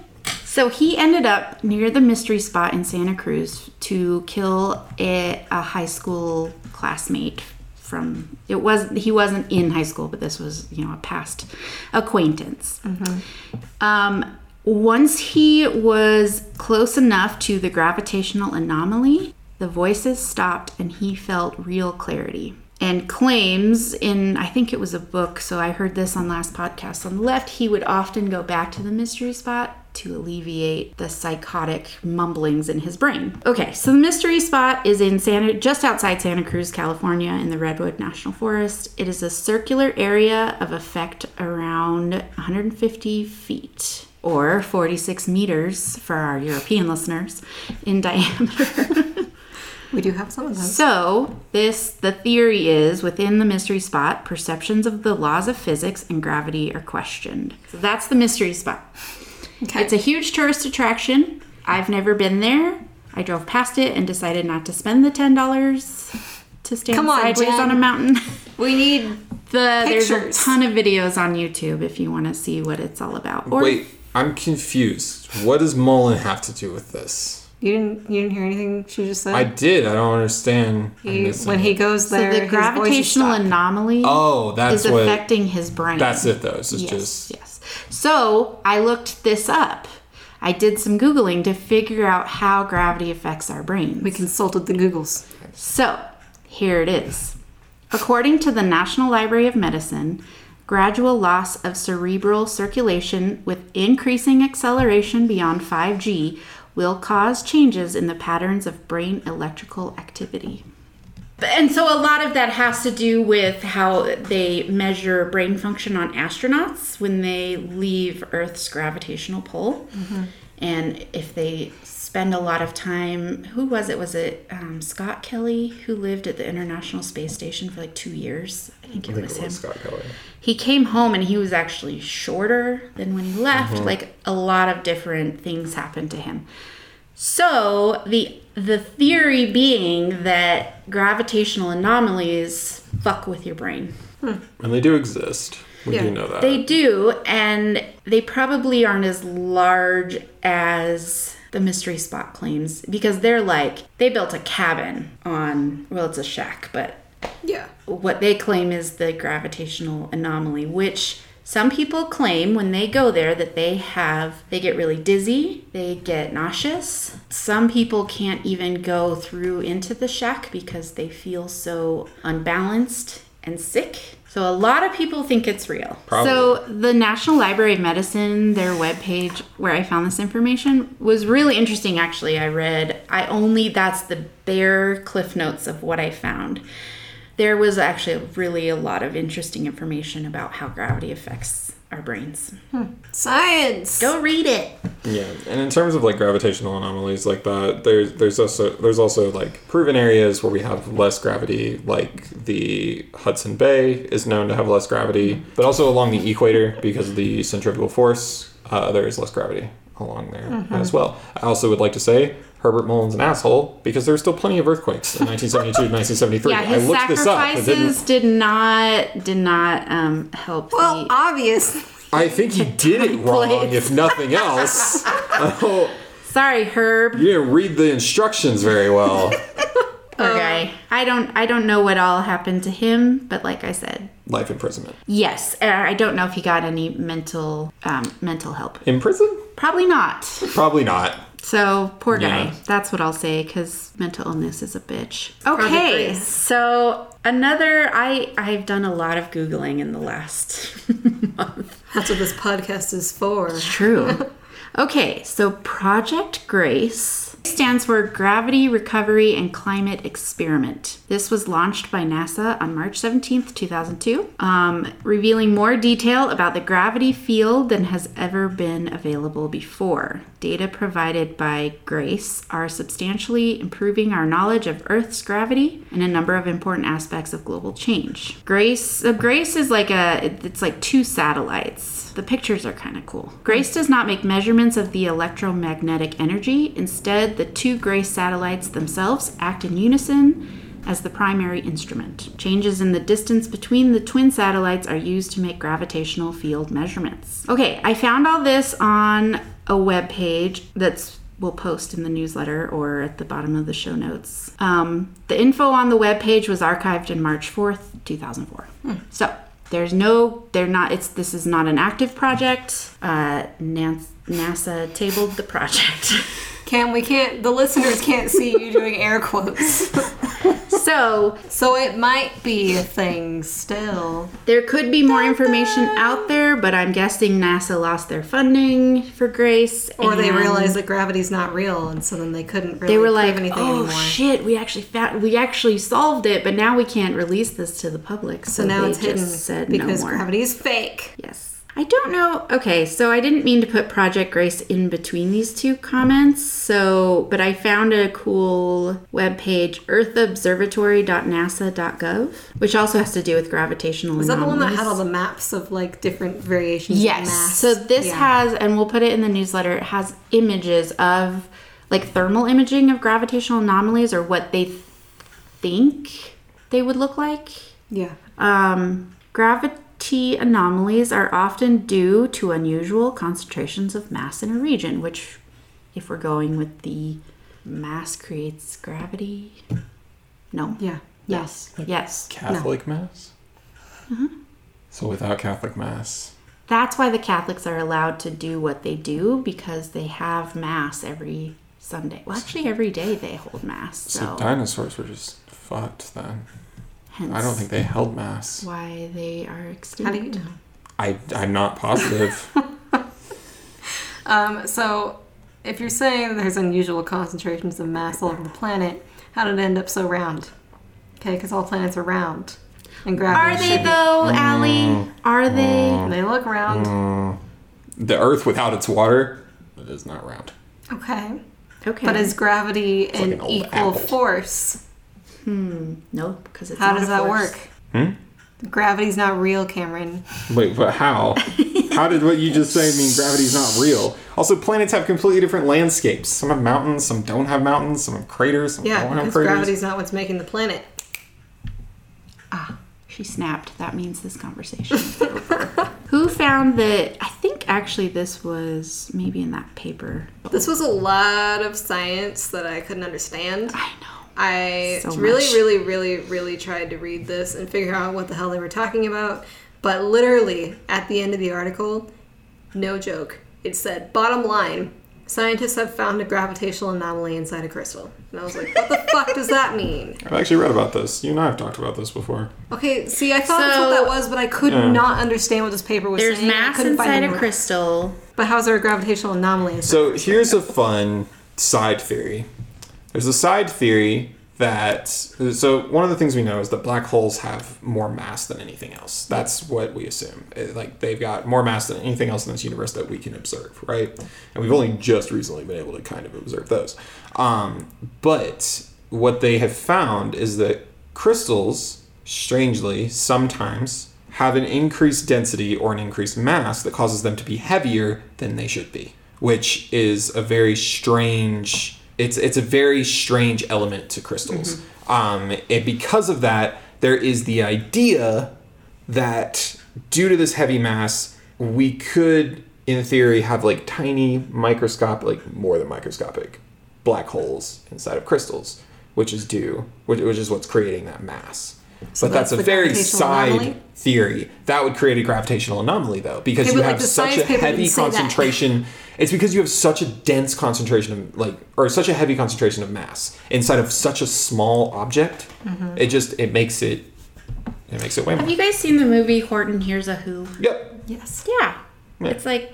[SPEAKER 1] so he ended up near the mystery spot in Santa Cruz to kill a, a high school classmate from it was he wasn't in high school but this was you know a past acquaintance um, once he was close enough to the gravitational anomaly, the voices stopped and he felt real clarity. And claims in, I think it was a book, so I heard this on last podcast on the left, he would often go back to the mystery spot to alleviate the psychotic mumblings in his brain. Okay, so the mystery spot is in Santa just outside Santa Cruz, California in the Redwood National Forest. It is a circular area of effect around 150 feet or 46 meters for our European listeners in diameter.
[SPEAKER 2] We do have some of them.
[SPEAKER 1] So, this the theory is within the mystery spot, perceptions of the laws of physics and gravity are questioned. So that's the mystery spot.
[SPEAKER 2] Okay.
[SPEAKER 1] It's a huge tourist attraction. I've never been there. I drove past it and decided not to spend the ten dollars to stand
[SPEAKER 2] Come on,
[SPEAKER 1] sideways
[SPEAKER 2] Jen.
[SPEAKER 1] on a mountain.
[SPEAKER 2] we need
[SPEAKER 1] The, there's a
[SPEAKER 2] Pictures.
[SPEAKER 1] ton of videos on YouTube if you want to see what it's all about. Or
[SPEAKER 3] Wait, I'm confused. What does Mullen have to do with this?
[SPEAKER 2] you didn't you didn't hear anything she just said?
[SPEAKER 3] I did. I don't understand. I'm
[SPEAKER 2] He-
[SPEAKER 3] missing
[SPEAKER 2] when
[SPEAKER 3] it.
[SPEAKER 2] he goes
[SPEAKER 1] so
[SPEAKER 2] there,
[SPEAKER 1] the
[SPEAKER 2] his voice is
[SPEAKER 1] gravitational
[SPEAKER 2] stopped.
[SPEAKER 1] anomaly
[SPEAKER 3] Oh, that's
[SPEAKER 1] is
[SPEAKER 3] what.
[SPEAKER 1] affecting his brain.
[SPEAKER 3] that's it, though. It's
[SPEAKER 1] Yes,
[SPEAKER 3] just.
[SPEAKER 1] yes. So I looked this up. I did some googling to figure out how gravity affects our brains.
[SPEAKER 2] we consulted the Googles.
[SPEAKER 1] So, here it is. According to the National Library of Medicine, gradual loss of cerebral circulation with increasing acceleration beyond 5G will cause changes in the patterns of brain electrical activity. And so, a lot of that has to do with how they measure brain function on astronauts when they leave Earth's gravitational pull. And if they spend a lot of time, who was it? Was it um, Scott Kelly who lived at the International Space Station for like two years? I think it
[SPEAKER 3] I think
[SPEAKER 1] was
[SPEAKER 3] it
[SPEAKER 1] him
[SPEAKER 3] was Scott Kelly.
[SPEAKER 1] he came home and he was actually shorter than when he left like a lot of different things happened to him so the the theory being that gravitational anomalies fuck with your brain
[SPEAKER 3] And they do exist. We
[SPEAKER 2] Yeah.
[SPEAKER 3] do know that.
[SPEAKER 1] they do and they probably aren't as large as the mystery spot claims because they're like they built a cabin on well it's a shack but
[SPEAKER 2] Yeah.
[SPEAKER 1] what they claim is the gravitational anomaly, which Some people claim when they go there that they have, they get really dizzy, they get nauseous. Some people can't even go through into the shack because they feel so unbalanced and sick. So a lot of people think it's real.
[SPEAKER 3] Probably.
[SPEAKER 1] So the National Library of Medicine, their webpage where I found this information was really interesting actually. I read I only that's the bare cliff notes of what I found. There was actually really a lot of interesting information about how gravity affects our brains.
[SPEAKER 2] Science.
[SPEAKER 1] Go read it.
[SPEAKER 3] Yeah, and in terms of like gravitational anomalies like that, there's there's also there's also like proven areas where we have less gravity, like the Hudson Bay is known to have less gravity, but also along the equator because of the centrifugal force, uh, there is less gravity along there
[SPEAKER 1] Mm-hmm.
[SPEAKER 3] as well. I also would like to say Herbert Mullins an asshole because there were still plenty of earthquakes in 1972, 1973.
[SPEAKER 1] Yeah, his
[SPEAKER 3] I looked this up. I
[SPEAKER 1] sacrifices
[SPEAKER 3] didn't.
[SPEAKER 1] did not did not um, help.
[SPEAKER 2] Well,
[SPEAKER 1] the-
[SPEAKER 2] obviously.
[SPEAKER 3] I think he did it wrong,
[SPEAKER 1] place.
[SPEAKER 3] if nothing else. oh,
[SPEAKER 1] sorry, Herb.
[SPEAKER 3] you didn't read the instructions very well.
[SPEAKER 1] Poor guy. I don't I don't know what all happened to him, but like I said,
[SPEAKER 3] Life imprisonment.
[SPEAKER 1] yes, uh, I don't know if he got any mental um, mental help.
[SPEAKER 3] In prison?
[SPEAKER 1] Probably not.
[SPEAKER 3] Probably not.
[SPEAKER 1] So poor guy.
[SPEAKER 3] Yeah.
[SPEAKER 1] That's what I'll say because mental illness is a bitch.
[SPEAKER 2] agree.
[SPEAKER 1] Okay, so another I I've done a lot of googling in the last month.
[SPEAKER 2] That's what this podcast is for.
[SPEAKER 1] True. okay, so Project Grace stands for Gravity Recovery and Climate Experiment. This was launched by NASA on March 17th, 2002, um, revealing more detail about the gravity field than has ever been available before. Data provided by Grace are substantially improving our knowledge of Earth's gravity and a number of important aspects of global change. Grace, so Grace is like a, it- it's like two satellites. The pictures are kind of cool. Grace does not make measurements of the electromagnetic energy. Instead, the two Grace satellites themselves act in unison as the primary instrument. Changes in the distance between the twin satellites are used to make gravitational field measurements. Okay, I found all this on a web page that's we'll post in the newsletter or at the bottom of the show notes. Um, the info on the web page was archived in March 4th, 2004. So there's no, they're not, it's, this is not an active project. Uh, Nance, NASA tabled the project.
[SPEAKER 2] Cam, we can't. The listeners can't see you doing air quotes.
[SPEAKER 1] so
[SPEAKER 2] So it might be a thing still.
[SPEAKER 1] There could be more information out there, but I'm guessing NASA lost their funding for Grace.
[SPEAKER 2] Or they
[SPEAKER 1] and
[SPEAKER 2] realized that gravity's not real, and so then they couldn't really
[SPEAKER 1] they were
[SPEAKER 2] prove
[SPEAKER 1] like,
[SPEAKER 2] anything
[SPEAKER 1] "Oh
[SPEAKER 2] anymore.
[SPEAKER 1] shit, we actually found, we actually solved it, but now we can't release this to the public." So,
[SPEAKER 2] so now
[SPEAKER 1] they
[SPEAKER 2] it's hidden
[SPEAKER 1] just said
[SPEAKER 2] because
[SPEAKER 1] no more.
[SPEAKER 2] gravity is fake.
[SPEAKER 1] Yes. I don't know. Okay, so I didn't mean to put Project Grace in between these two comments. So, but I found a cool webpage, earthobservatory.nasa.gov, which also has to do with gravitational
[SPEAKER 2] Is that the one that
[SPEAKER 1] anomalies.
[SPEAKER 2] had all the maps of like different variations?
[SPEAKER 1] Yes.
[SPEAKER 2] Of mass?
[SPEAKER 1] So this
[SPEAKER 2] Yeah.
[SPEAKER 1] has, and we'll put it in the newsletter, it has images of like thermal imaging of gravitational anomalies or what they th- think they would look like.
[SPEAKER 2] yeah.
[SPEAKER 1] Um, gravity anomalies are often due to unusual concentrations of mass in a region, which, if we're going with the mass creates gravity. No.
[SPEAKER 2] Yeah.
[SPEAKER 1] Yes. Yes.
[SPEAKER 3] Catholic mass.
[SPEAKER 2] Mm-hmm.
[SPEAKER 3] So without Catholic mass,
[SPEAKER 1] That's why the Catholics are allowed to do what they do because they have mass every Sunday. Well, actually, every day they hold mass.
[SPEAKER 3] so
[SPEAKER 1] So,
[SPEAKER 3] dinosaurs were just fucked then.
[SPEAKER 1] hence
[SPEAKER 3] I don't think they held mass.
[SPEAKER 1] why they are extinct.
[SPEAKER 2] How do you know?
[SPEAKER 3] I I'm not positive.
[SPEAKER 2] Um, so if you're saying there's unusual concentrations of mass all over the planet, how did it end up so round? Okay, because all planets are round, and
[SPEAKER 1] Are
[SPEAKER 2] gravity.
[SPEAKER 1] they though,
[SPEAKER 3] Oh.
[SPEAKER 1] Allie? Are they?
[SPEAKER 2] They look round.
[SPEAKER 3] Mm. the Earth without its water it is not round.
[SPEAKER 2] Okay.
[SPEAKER 1] Okay.
[SPEAKER 2] But is gravity
[SPEAKER 3] like
[SPEAKER 2] an
[SPEAKER 3] an old
[SPEAKER 2] equal
[SPEAKER 3] apple.
[SPEAKER 2] force?
[SPEAKER 1] no, because it's
[SPEAKER 2] How
[SPEAKER 1] not
[SPEAKER 2] does
[SPEAKER 1] a
[SPEAKER 2] that
[SPEAKER 1] force.
[SPEAKER 2] work? Gravity's not real, Cameron.
[SPEAKER 3] Wait, but how? how did what you just say mean gravity's not real? Also, planets have completely different landscapes. Some have mountains, some don't have mountains, some have craters, some
[SPEAKER 2] Yeah,
[SPEAKER 3] don't have
[SPEAKER 2] because
[SPEAKER 3] craters.
[SPEAKER 2] gravity's not what's making the planet.
[SPEAKER 1] She snapped. That means this conversation. is over. Who found that? I think actually this was maybe in that paper.
[SPEAKER 2] This was a lot of science that I couldn't understand.
[SPEAKER 1] I know.
[SPEAKER 2] I
[SPEAKER 1] So
[SPEAKER 2] really,
[SPEAKER 1] much.
[SPEAKER 2] really, really, really tried to read this and figure out what the hell they were talking about. But literally, at the end of the article, no joke, it said, bottom line, scientists have found a gravitational anomaly inside a crystal. And I was like, what the fuck does that mean?
[SPEAKER 3] I've actually read about this. You and I have talked about this before.
[SPEAKER 2] Okay, see, I thought that's what
[SPEAKER 1] So-
[SPEAKER 2] that was, but I could
[SPEAKER 3] Yeah.
[SPEAKER 2] not understand what this paper was
[SPEAKER 1] There's
[SPEAKER 2] saying. I
[SPEAKER 1] mass
[SPEAKER 2] couldn't find
[SPEAKER 1] inside
[SPEAKER 2] any-
[SPEAKER 1] a crystal.
[SPEAKER 2] But how is there a gravitational anomaly inside?
[SPEAKER 3] So here's a fun side theory. There's a side theory that so one of the things we know is that black holes have more mass than anything else. That's what we assume. It- Like they've got more mass than anything else in this universe that we can observe, right? And we've only just recently been able to kind of observe those. Um, but what they have found is that crystals, strangely, sometimes have an increased density or an increased mass that causes them to be heavier than they should be, which is a very strange. It's it's a very strange element to crystals. Um, and because of that, there is the idea that due to this heavy mass, we could, in theory, have like tiny microscopic, like more than microscopic, black holes inside of crystals, which is due, which, which is what's creating that mass. but that's,
[SPEAKER 2] that's
[SPEAKER 3] a
[SPEAKER 2] the
[SPEAKER 3] very
[SPEAKER 2] gravitational
[SPEAKER 3] side
[SPEAKER 2] anomaly?
[SPEAKER 3] theory. That would create a gravitational anomaly, though, because
[SPEAKER 2] Okay,
[SPEAKER 3] you
[SPEAKER 2] but, like,
[SPEAKER 3] have
[SPEAKER 2] the
[SPEAKER 3] such a
[SPEAKER 2] science paper
[SPEAKER 3] heavy
[SPEAKER 2] didn't say that.
[SPEAKER 3] concentration. It's because you have such a dense concentration of like, or such a heavy concentration of mass inside of such a small object.
[SPEAKER 2] Mm-hmm.
[SPEAKER 3] It just it makes it it makes it way more.
[SPEAKER 1] Have you guys seen the movie Horton Hears a Who?
[SPEAKER 3] Yep.
[SPEAKER 2] Yes.
[SPEAKER 1] Yeah.
[SPEAKER 3] Yeah.
[SPEAKER 1] It's like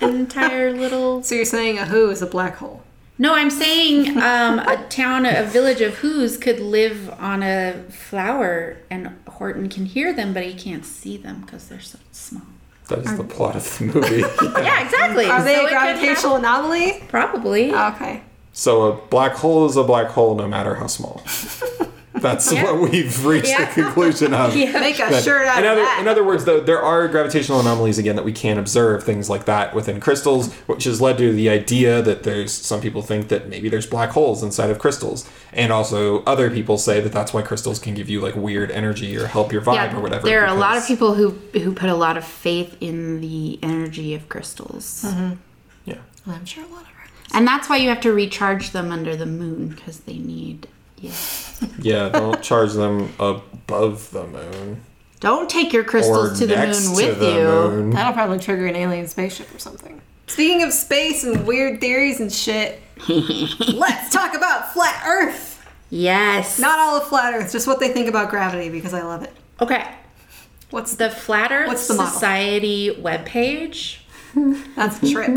[SPEAKER 1] an entire little.
[SPEAKER 2] So you're saying a who is a black hole?
[SPEAKER 1] No, I'm saying um, a town, a village of who's could live on a flower, and Horton can hear them, but he can't see them because they're so small.
[SPEAKER 3] That is the plot of the movie.
[SPEAKER 1] Yeah, exactly.
[SPEAKER 2] Are they
[SPEAKER 1] So it
[SPEAKER 2] a
[SPEAKER 1] could happen-
[SPEAKER 2] gravitational anomaly?
[SPEAKER 1] Probably.
[SPEAKER 2] Okay.
[SPEAKER 3] so a black hole is a black hole no matter how small. That's
[SPEAKER 1] Yeah.
[SPEAKER 3] what we've reached
[SPEAKER 1] Yeah.
[SPEAKER 3] the conclusion of.
[SPEAKER 2] Make a
[SPEAKER 3] But
[SPEAKER 2] shirt out
[SPEAKER 3] in
[SPEAKER 2] of
[SPEAKER 3] other,
[SPEAKER 2] that.
[SPEAKER 3] In other words, though, there are gravitational anomalies again that we can observe, things like that within crystals, which has led to the idea that there's some people think that maybe there's black holes inside of crystals, and also other people say that that's why crystals can give you like weird energy or help your vibe or whatever.
[SPEAKER 1] There are a lot of
[SPEAKER 3] because-
[SPEAKER 1] people who who put a lot of faith in the energy of crystals.
[SPEAKER 3] Yeah.
[SPEAKER 2] I'm sure a lot of her.
[SPEAKER 1] And that's why you have to recharge them under the moon because they need yeah.
[SPEAKER 3] Yeah, don't charge them above the moon.
[SPEAKER 1] Don't take your crystals to the moon with you.
[SPEAKER 2] That'll probably trigger an alien spaceship or something. Speaking of space and weird theories and shit, let's talk about flat Earth.
[SPEAKER 1] Yes.
[SPEAKER 2] Not all of flat Earth, just what they think about gravity because I love it.
[SPEAKER 1] Okay.
[SPEAKER 2] What's
[SPEAKER 1] The Flat Earth
[SPEAKER 2] What's the model?
[SPEAKER 1] Society webpage.
[SPEAKER 2] that's a trip.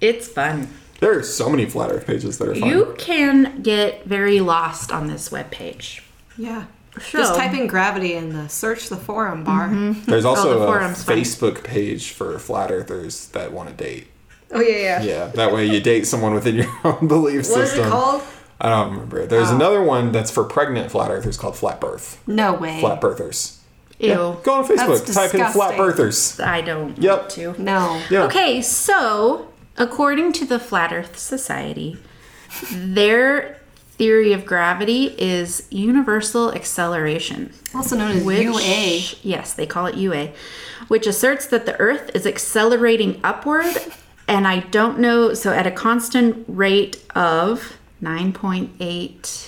[SPEAKER 1] It's fun.
[SPEAKER 3] There are so many flat Earth pages that are fun.
[SPEAKER 1] You can get very lost on this webpage.
[SPEAKER 2] Yeah. Just
[SPEAKER 1] So-
[SPEAKER 2] type in gravity in the search the forum bar.
[SPEAKER 3] There's also
[SPEAKER 1] Oh, the
[SPEAKER 3] a
[SPEAKER 1] forum's fun.
[SPEAKER 3] Facebook page for flat Earthers that want to date.
[SPEAKER 2] Oh yeah, yeah.
[SPEAKER 3] Yeah, that way you date someone within your own belief
[SPEAKER 2] What is
[SPEAKER 3] system.
[SPEAKER 2] it called?
[SPEAKER 3] I don't remember. There's another one that's for pregnant flat Earthers called Flat Birth.
[SPEAKER 2] No way.
[SPEAKER 3] Flat Birthers.
[SPEAKER 1] Ew.
[SPEAKER 3] Go on Facebook.
[SPEAKER 2] That's
[SPEAKER 3] type in Flat
[SPEAKER 2] disgusting.
[SPEAKER 3] Birthers.
[SPEAKER 1] I don't
[SPEAKER 3] Yep.
[SPEAKER 1] want to.
[SPEAKER 2] No.
[SPEAKER 3] Yeah.
[SPEAKER 1] Okay, so according to the Flat Earth Society, their theory of gravity is universal acceleration.
[SPEAKER 2] Also known as
[SPEAKER 1] Which,
[SPEAKER 2] UA.
[SPEAKER 1] Yes, they call it UA, which asserts that the Earth is accelerating upward, and I don't know, so at a constant rate of 9.8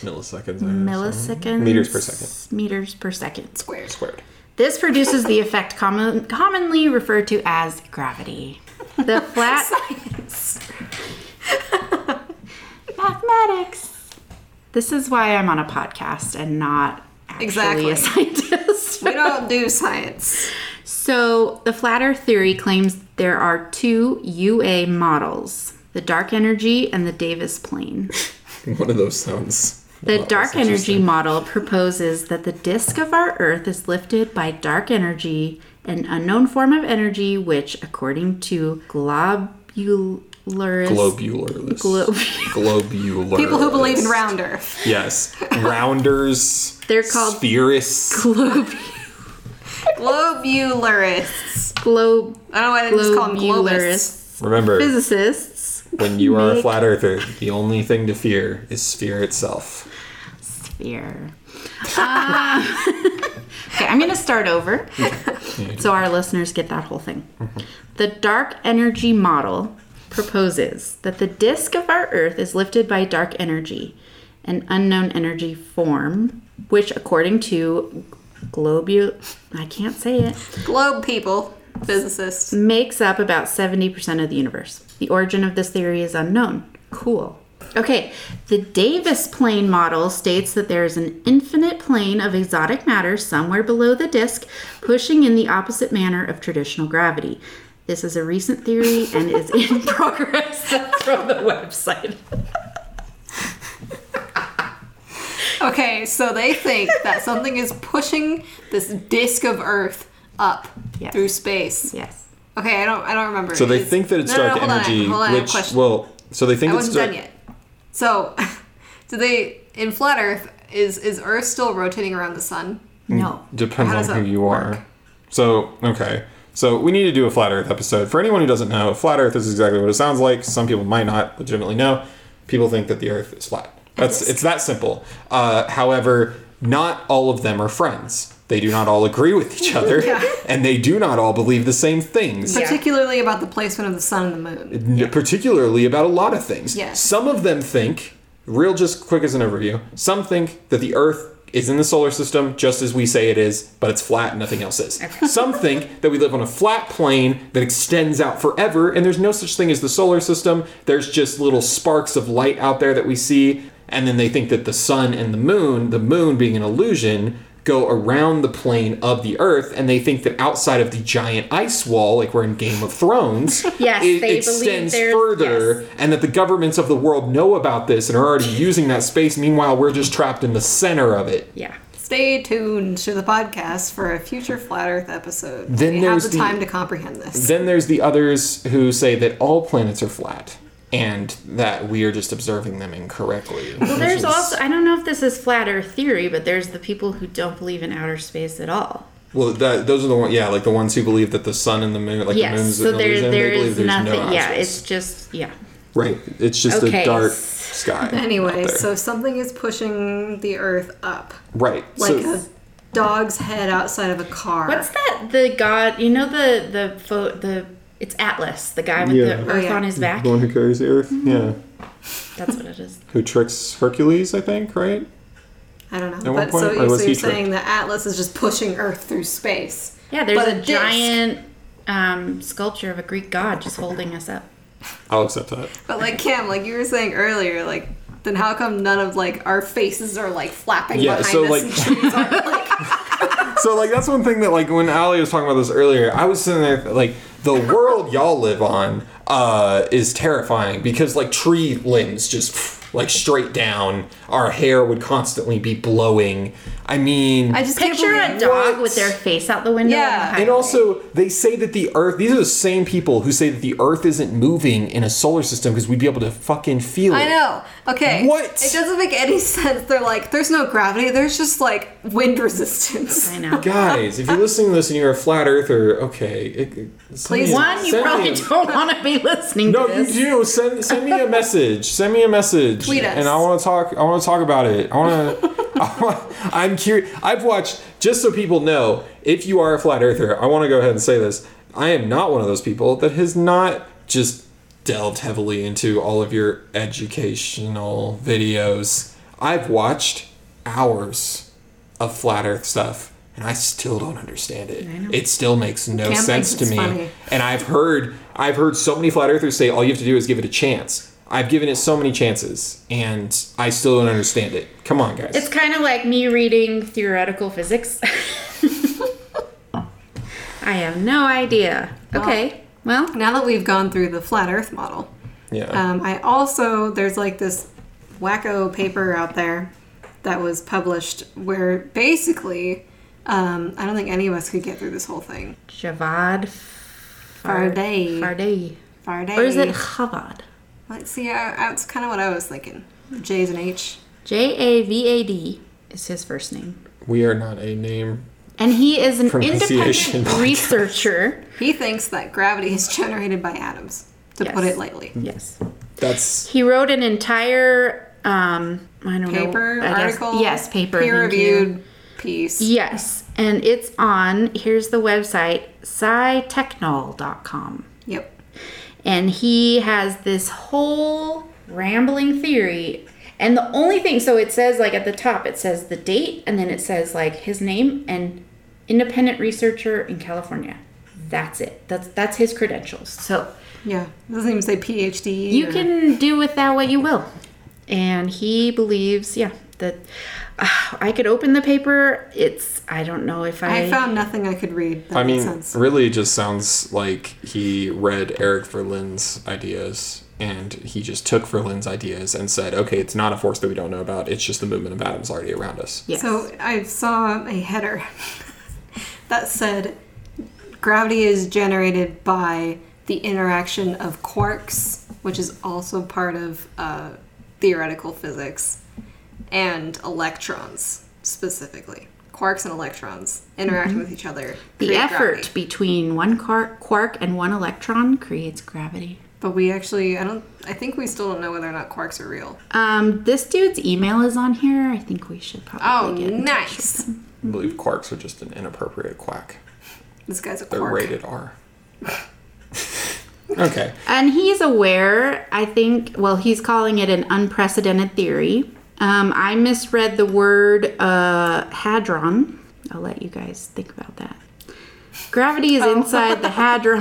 [SPEAKER 3] Milliseconds.
[SPEAKER 1] milliseconds.
[SPEAKER 3] Meters per second.
[SPEAKER 1] Meters per second.
[SPEAKER 2] Squared.
[SPEAKER 3] Squared.
[SPEAKER 1] This produces the effect common, commonly referred to as gravity. The flat mathematics. This is why I'm on a podcast and not actually
[SPEAKER 2] Exactly.
[SPEAKER 1] a scientist.
[SPEAKER 2] We don't do science.
[SPEAKER 1] So, the flat earth theory claims there are two UA models the dark energy and the Davis plane.
[SPEAKER 3] One of those sounds.
[SPEAKER 1] The
[SPEAKER 3] Wow, that's
[SPEAKER 1] dark energy
[SPEAKER 3] interesting.
[SPEAKER 1] model proposes that the disk of our Earth is lifted by dark energy, an unknown form of energy which, according to globularist.
[SPEAKER 3] Globularist.
[SPEAKER 1] Globu-
[SPEAKER 3] Globular.
[SPEAKER 2] People who believe in round Earth.
[SPEAKER 3] Yes. Rounders.
[SPEAKER 1] They're called-
[SPEAKER 3] Spherists.
[SPEAKER 1] glob-
[SPEAKER 2] Globularists.
[SPEAKER 1] glob-
[SPEAKER 2] I don't know why they just call them globists.
[SPEAKER 1] globularists,
[SPEAKER 3] Remember,
[SPEAKER 1] physicists,
[SPEAKER 3] when you are a
[SPEAKER 1] Make-
[SPEAKER 3] flat earther, the only thing to fear is sphere itself.
[SPEAKER 1] fear. Um, okay, I'm going to start over so our listeners get that whole thing. The dark energy model proposes that the disk of our Earth is lifted by dark energy, an unknown energy form, which, according to globu I can't say it
[SPEAKER 2] Globe people, physicists.
[SPEAKER 1] makes up about 70% of the universe. The origin of this theory is unknown. Cool. Okay, the Davis plane model states that there is an infinite plane of exotic matter somewhere below the disk, pushing in the opposite manner of traditional gravity. This is a recent theory and is in progress That's from the website.
[SPEAKER 2] Okay, so they think that something is pushing this disk of Earth up
[SPEAKER 1] Yes.
[SPEAKER 2] through space.
[SPEAKER 1] Yes.
[SPEAKER 2] Okay, I don't, I don't remember.
[SPEAKER 3] So they
[SPEAKER 2] It's-
[SPEAKER 3] think that it's
[SPEAKER 2] No, no,
[SPEAKER 3] dark
[SPEAKER 2] no, hold on,
[SPEAKER 3] energy,
[SPEAKER 2] hold on, I have a
[SPEAKER 3] which
[SPEAKER 2] question.
[SPEAKER 3] well, so they think
[SPEAKER 2] I
[SPEAKER 3] it's
[SPEAKER 2] wasn't
[SPEAKER 3] dark.
[SPEAKER 2] done yet. So, do they in flat Earth? Is is Earth still rotating around the sun?
[SPEAKER 1] No.
[SPEAKER 3] Depends
[SPEAKER 2] How
[SPEAKER 3] on
[SPEAKER 2] does
[SPEAKER 3] who
[SPEAKER 2] that
[SPEAKER 3] you are. So okay, so we need to do a flat Earth episode. For anyone who doesn't know, flat Earth is exactly what it sounds like. Some people might not legitimately know. People think that the Earth is flat. That's it's that simple. Uh, however, not all of them are friends. They do not all agree with each other, and they do not all believe the same things.
[SPEAKER 2] Yeah. Particularly about the placement of the sun and the moon.
[SPEAKER 3] N- particularly about a lot of things.
[SPEAKER 2] Yeah.
[SPEAKER 3] Some of them think, real just quick as an overview, some think that the Earth is in the solar system just as we say it is, but it's flat and nothing else is. Some think that we live on a flat plane that extends out forever and there's no such thing as the solar system. There's just little sparks of light out there that we see. And then they think that the sun and the moon, the moon being an illusion, go around the plane of the Earth, and they think that outside of the giant ice wall, like we're in Game of Thrones,
[SPEAKER 1] Yes, they
[SPEAKER 3] it
[SPEAKER 1] believe
[SPEAKER 3] extends
[SPEAKER 1] there's-
[SPEAKER 3] further,
[SPEAKER 1] yes.
[SPEAKER 3] and that the governments of the world know about this and are already using that space. Meanwhile, we're just trapped in the center of it.
[SPEAKER 1] Yeah.
[SPEAKER 2] Stay tuned to the podcast for a future flat Earth episode.
[SPEAKER 3] Then
[SPEAKER 2] we
[SPEAKER 3] there's
[SPEAKER 2] have
[SPEAKER 3] the-
[SPEAKER 2] the time to comprehend this.
[SPEAKER 3] Then there's the others who say that all planets are flat and that we are just observing them incorrectly.
[SPEAKER 1] Well, there's also, I don't know if this is flat earth theory, but there's the people who don't believe in outer space at all.
[SPEAKER 3] well, that, those are the ones, yeah, like the ones who believe that the sun and the moon, like the
[SPEAKER 1] Yes.
[SPEAKER 3] moon's
[SPEAKER 1] So
[SPEAKER 3] an illusion.
[SPEAKER 1] there, there
[SPEAKER 3] they believe
[SPEAKER 1] is
[SPEAKER 3] there's
[SPEAKER 1] nothing.
[SPEAKER 3] no
[SPEAKER 1] yeah,
[SPEAKER 3] objects.
[SPEAKER 1] it's just yeah.
[SPEAKER 3] right. It's just a
[SPEAKER 1] Okay.
[SPEAKER 3] dark sky. out
[SPEAKER 2] Anyway,
[SPEAKER 3] there.
[SPEAKER 2] so something is pushing the Earth up,
[SPEAKER 3] right,
[SPEAKER 2] like
[SPEAKER 3] so,
[SPEAKER 2] a dog's head outside of a car.
[SPEAKER 1] What's that? The god, you know the the pho- the it's Atlas, the guy with
[SPEAKER 3] Yeah.
[SPEAKER 1] the
[SPEAKER 3] Oh,
[SPEAKER 1] Earth
[SPEAKER 2] yeah.
[SPEAKER 1] on his back.
[SPEAKER 3] the one who carries the earth,
[SPEAKER 1] Mm-hmm.
[SPEAKER 3] yeah,
[SPEAKER 1] That's what it is.
[SPEAKER 3] who tricks Hercules, I think, right?
[SPEAKER 2] I don't
[SPEAKER 3] At
[SPEAKER 2] know.
[SPEAKER 3] one
[SPEAKER 2] But
[SPEAKER 3] point,
[SPEAKER 2] so,
[SPEAKER 3] or
[SPEAKER 2] so you're
[SPEAKER 3] was he
[SPEAKER 2] saying that Atlas is just pushing Earth through space.
[SPEAKER 1] Yeah, there's
[SPEAKER 2] But a
[SPEAKER 1] a,
[SPEAKER 2] disc.
[SPEAKER 1] giant um, sculpture of a Greek god just holding us up.
[SPEAKER 3] I'll accept that.
[SPEAKER 2] But like Cam, like you were saying earlier, like then how come none of like our faces are like flapping
[SPEAKER 3] Yeah,
[SPEAKER 2] behind
[SPEAKER 3] so,
[SPEAKER 2] us
[SPEAKER 3] like-
[SPEAKER 2] and trees aren't like
[SPEAKER 3] So like that's one thing that like when Ali was talking about this earlier, I was sitting there like the world y'all live on uh, is terrifying because like tree limbs just like straight down. Our hair would constantly be blowing. I mean,
[SPEAKER 2] I just
[SPEAKER 1] Picture
[SPEAKER 2] can't
[SPEAKER 1] a
[SPEAKER 2] believe-
[SPEAKER 1] dog
[SPEAKER 3] What?
[SPEAKER 1] with their face out the window. on
[SPEAKER 2] Yeah.
[SPEAKER 1] the
[SPEAKER 3] and
[SPEAKER 1] highway.
[SPEAKER 3] also they say that the Earth. These are the same people who say that the Earth isn't moving in a solar system because we'd be able to fucking feel it.
[SPEAKER 2] I know. Okay.
[SPEAKER 3] What?
[SPEAKER 2] It doesn't make any sense. They're like, there's no gravity. There's just like wind resistance.
[SPEAKER 1] I know.
[SPEAKER 3] Guys, if you're listening to this and you're a flat earther, okay. It, it- send
[SPEAKER 2] Please,
[SPEAKER 3] me a-
[SPEAKER 1] One, you
[SPEAKER 3] send me
[SPEAKER 1] probably
[SPEAKER 3] a-
[SPEAKER 1] don't want to be listening
[SPEAKER 3] No,
[SPEAKER 1] to
[SPEAKER 3] you
[SPEAKER 1] this.
[SPEAKER 3] do. Send send me a message. Send me a message.
[SPEAKER 2] Tweet us.
[SPEAKER 3] And I want to talk. I want to talk about it. I want to. I'm curious. I've watched just so people know. If you are a flat earther, I want to go ahead and say this. I am not one of those people that has not just delved heavily into all of your educational videos. I've watched hours of flat Earth stuff, and I still don't understand it. It still makes no
[SPEAKER 2] Cam thinks
[SPEAKER 3] sense to
[SPEAKER 2] it's
[SPEAKER 3] me.
[SPEAKER 2] funny.
[SPEAKER 3] And I've heard I've heard so many flat earthers say all you have to do is give it a chance. I've given it so many chances and I still don't understand it. Come on, guys.
[SPEAKER 1] It's kind of like me reading theoretical physics. I have no idea. Okay. Well,
[SPEAKER 2] Now that we've gone through the flat Earth model,
[SPEAKER 3] yeah.
[SPEAKER 2] um, I also there's like this wacko paper out there that was published where basically um, I don't think any of us could get through this whole thing.
[SPEAKER 1] Javad Far-
[SPEAKER 2] Farday.
[SPEAKER 1] Farday.
[SPEAKER 2] Faraday.
[SPEAKER 1] Or is it Chavad?
[SPEAKER 2] Let's see. I, I, that's kind of what I was thinking. J's and H.
[SPEAKER 1] J A V A D is his first name.
[SPEAKER 3] we are not a name.
[SPEAKER 1] And he is an
[SPEAKER 3] Pronunciation
[SPEAKER 1] independent
[SPEAKER 3] podcast.
[SPEAKER 1] researcher.
[SPEAKER 2] He thinks that gravity is generated by atoms, to
[SPEAKER 1] Yes.
[SPEAKER 2] put it lightly.
[SPEAKER 1] Yes.
[SPEAKER 3] That's
[SPEAKER 1] He wrote an entire um I don't
[SPEAKER 2] Paper,
[SPEAKER 1] know. I guess-
[SPEAKER 2] article,
[SPEAKER 1] Yes, paper. thank you.
[SPEAKER 2] peer reviewed piece.
[SPEAKER 1] Yes. And it's on here's the website, scitechnol.com.
[SPEAKER 2] Yep.
[SPEAKER 1] and he has this whole rambling theory And the only thing, so it says like at the top, it says the date, and then it says like his name and independent researcher in California. That's it. That's that's his credentials. So
[SPEAKER 2] Yeah. It doesn't even say PhD.
[SPEAKER 1] you
[SPEAKER 2] or-
[SPEAKER 1] can do with that what you will. And he believes, yeah, that ah, I could open the paper. It's I don't know if I,
[SPEAKER 2] I found nothing I could read. That
[SPEAKER 3] I mean,
[SPEAKER 2] makes sense.
[SPEAKER 3] really, it just sounds like he read Eric Verlin's ideas and he just took Verlin's ideas and said, okay, it's not a force that we don't know about. It's just the movement of atoms already around us.
[SPEAKER 1] yes.
[SPEAKER 2] So I saw a header that said gravity is generated by the interaction of quarks, which is also part of uh, theoretical physics, and electrons specifically. Quarks and electrons interacting with each other.
[SPEAKER 1] Mm-hmm. the
[SPEAKER 2] create
[SPEAKER 1] effort
[SPEAKER 2] gravity.
[SPEAKER 1] between one car- quark and one electron creates gravity.
[SPEAKER 2] But we actually, I don't, I think we still don't know whether or not quarks are real.
[SPEAKER 1] Um, this dude's email is on here. I think we should
[SPEAKER 2] Oh,
[SPEAKER 1] probably get in touch with
[SPEAKER 2] nice.
[SPEAKER 3] I believe quarks are just an inappropriate quack.
[SPEAKER 2] This guy's a
[SPEAKER 3] They're
[SPEAKER 2] quark.
[SPEAKER 3] rated R. okay.
[SPEAKER 1] And he's aware, I think, well, he's calling it an unprecedented theory. Um, I misread the word uh, hadron. I'll let you guys think about that. Gravity is inside the hadron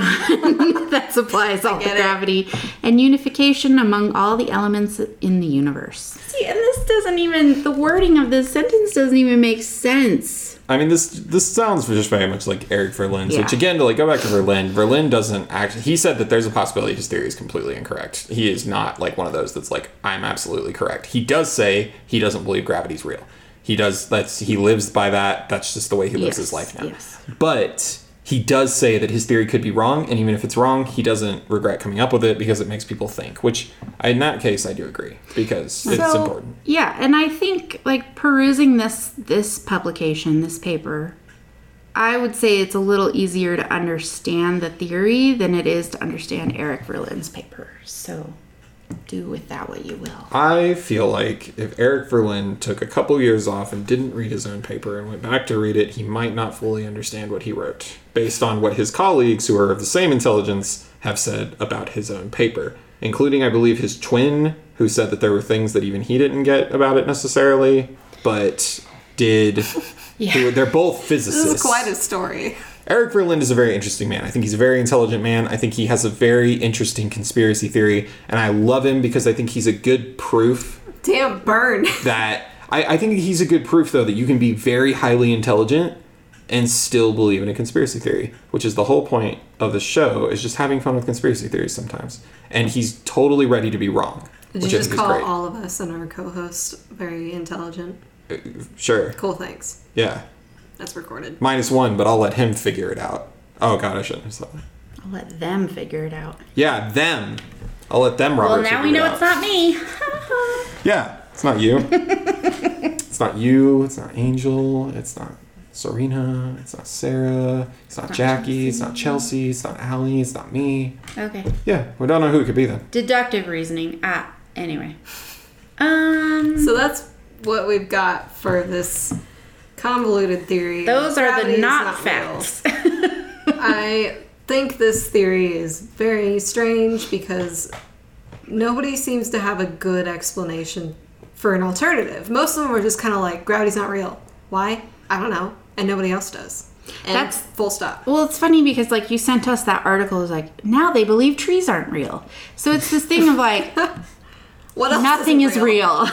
[SPEAKER 1] that supplies all the
[SPEAKER 2] get it.
[SPEAKER 1] gravity and unification among all the elements in the universe. See, and this doesn't even, the wording of this sentence doesn't even make sense.
[SPEAKER 3] I mean, this this sounds just very much like Eric Verlin's, which
[SPEAKER 1] Yeah.
[SPEAKER 3] again, to like go back to Verlin, Verlin doesn't act. He said that there's a possibility his theory is completely incorrect. He is not like one of those that's like I'm absolutely correct. He does say he doesn't believe gravity's real. He does. That's he lives by that. That's just the way he lives
[SPEAKER 1] Yes,
[SPEAKER 3] his life now.
[SPEAKER 1] yes.
[SPEAKER 3] But he does say that his theory could be wrong, and even if it's wrong, he doesn't regret coming up with it because it makes people think. Which in that case, I do agree because it's
[SPEAKER 1] So,
[SPEAKER 3] important.
[SPEAKER 1] Yeah, and I think like perusing this this publication, this paper, I would say it's a little easier to understand the theory than it is to understand Eric Verlin's paper. So do with that what you will.
[SPEAKER 3] I feel like if Eric Verlin took a couple years off and didn't read his own paper and went back to read it, he might not fully understand what he wrote, based on what his colleagues, who are of the same intelligence, have said about his own paper, including, I believe, his twin, who said that there were things that even he didn't get about it necessarily, but did. who- They're both physicists.
[SPEAKER 2] This is quite a story.
[SPEAKER 3] Eric Verlind is a very interesting man. I think he's a very intelligent man. I think he has a very interesting conspiracy theory, and I love him because I think he's a good proof
[SPEAKER 2] Damn, burn.
[SPEAKER 3] that I, I think he's a good proof though that you can be very highly intelligent and still believe in a conspiracy theory, which is the whole point of the show is just having fun with conspiracy theories sometimes. And he's totally ready to be wrong.
[SPEAKER 2] Did you
[SPEAKER 3] which I
[SPEAKER 2] just
[SPEAKER 3] think is
[SPEAKER 2] call
[SPEAKER 3] great.
[SPEAKER 2] all of us and our co-host very intelligent?
[SPEAKER 3] sure.
[SPEAKER 2] Cool, thanks.
[SPEAKER 3] Yeah.
[SPEAKER 2] That's recorded.
[SPEAKER 3] Minus one, but I'll let him figure it out. Oh god, I shouldn't have said that.
[SPEAKER 1] I'll let them figure it out.
[SPEAKER 3] Yeah, them. I'll let them
[SPEAKER 1] Well,
[SPEAKER 3] Robert.
[SPEAKER 1] now we
[SPEAKER 3] figure it
[SPEAKER 1] know
[SPEAKER 3] out.
[SPEAKER 1] it's not me.
[SPEAKER 3] Yeah, it's not you. it's not you. It's not Angel. It's not Serena. It's not Sarah. It's not Jackie. It's not Chelsea. It's not Allie. It's not me.
[SPEAKER 1] okay.
[SPEAKER 3] Yeah, we don't know who it could be then.
[SPEAKER 1] Deductive reasoning. Ah, anyway. Um
[SPEAKER 2] So that's what we've got for this convoluted theory.
[SPEAKER 1] those are
[SPEAKER 2] Gravity
[SPEAKER 1] the
[SPEAKER 2] is
[SPEAKER 1] not,
[SPEAKER 2] real.
[SPEAKER 1] facts.
[SPEAKER 2] I think this theory is very strange because nobody seems to have a good explanation for an alternative. Most of them are just kind of like gravity's not real. Why? I don't know, and nobody else does. And
[SPEAKER 1] That's-
[SPEAKER 2] full stop.
[SPEAKER 1] Well, it's funny because like you sent us that article is like now they believe trees aren't real. So it's this thing of like
[SPEAKER 2] What else?
[SPEAKER 1] nothing
[SPEAKER 2] isn't
[SPEAKER 1] is real.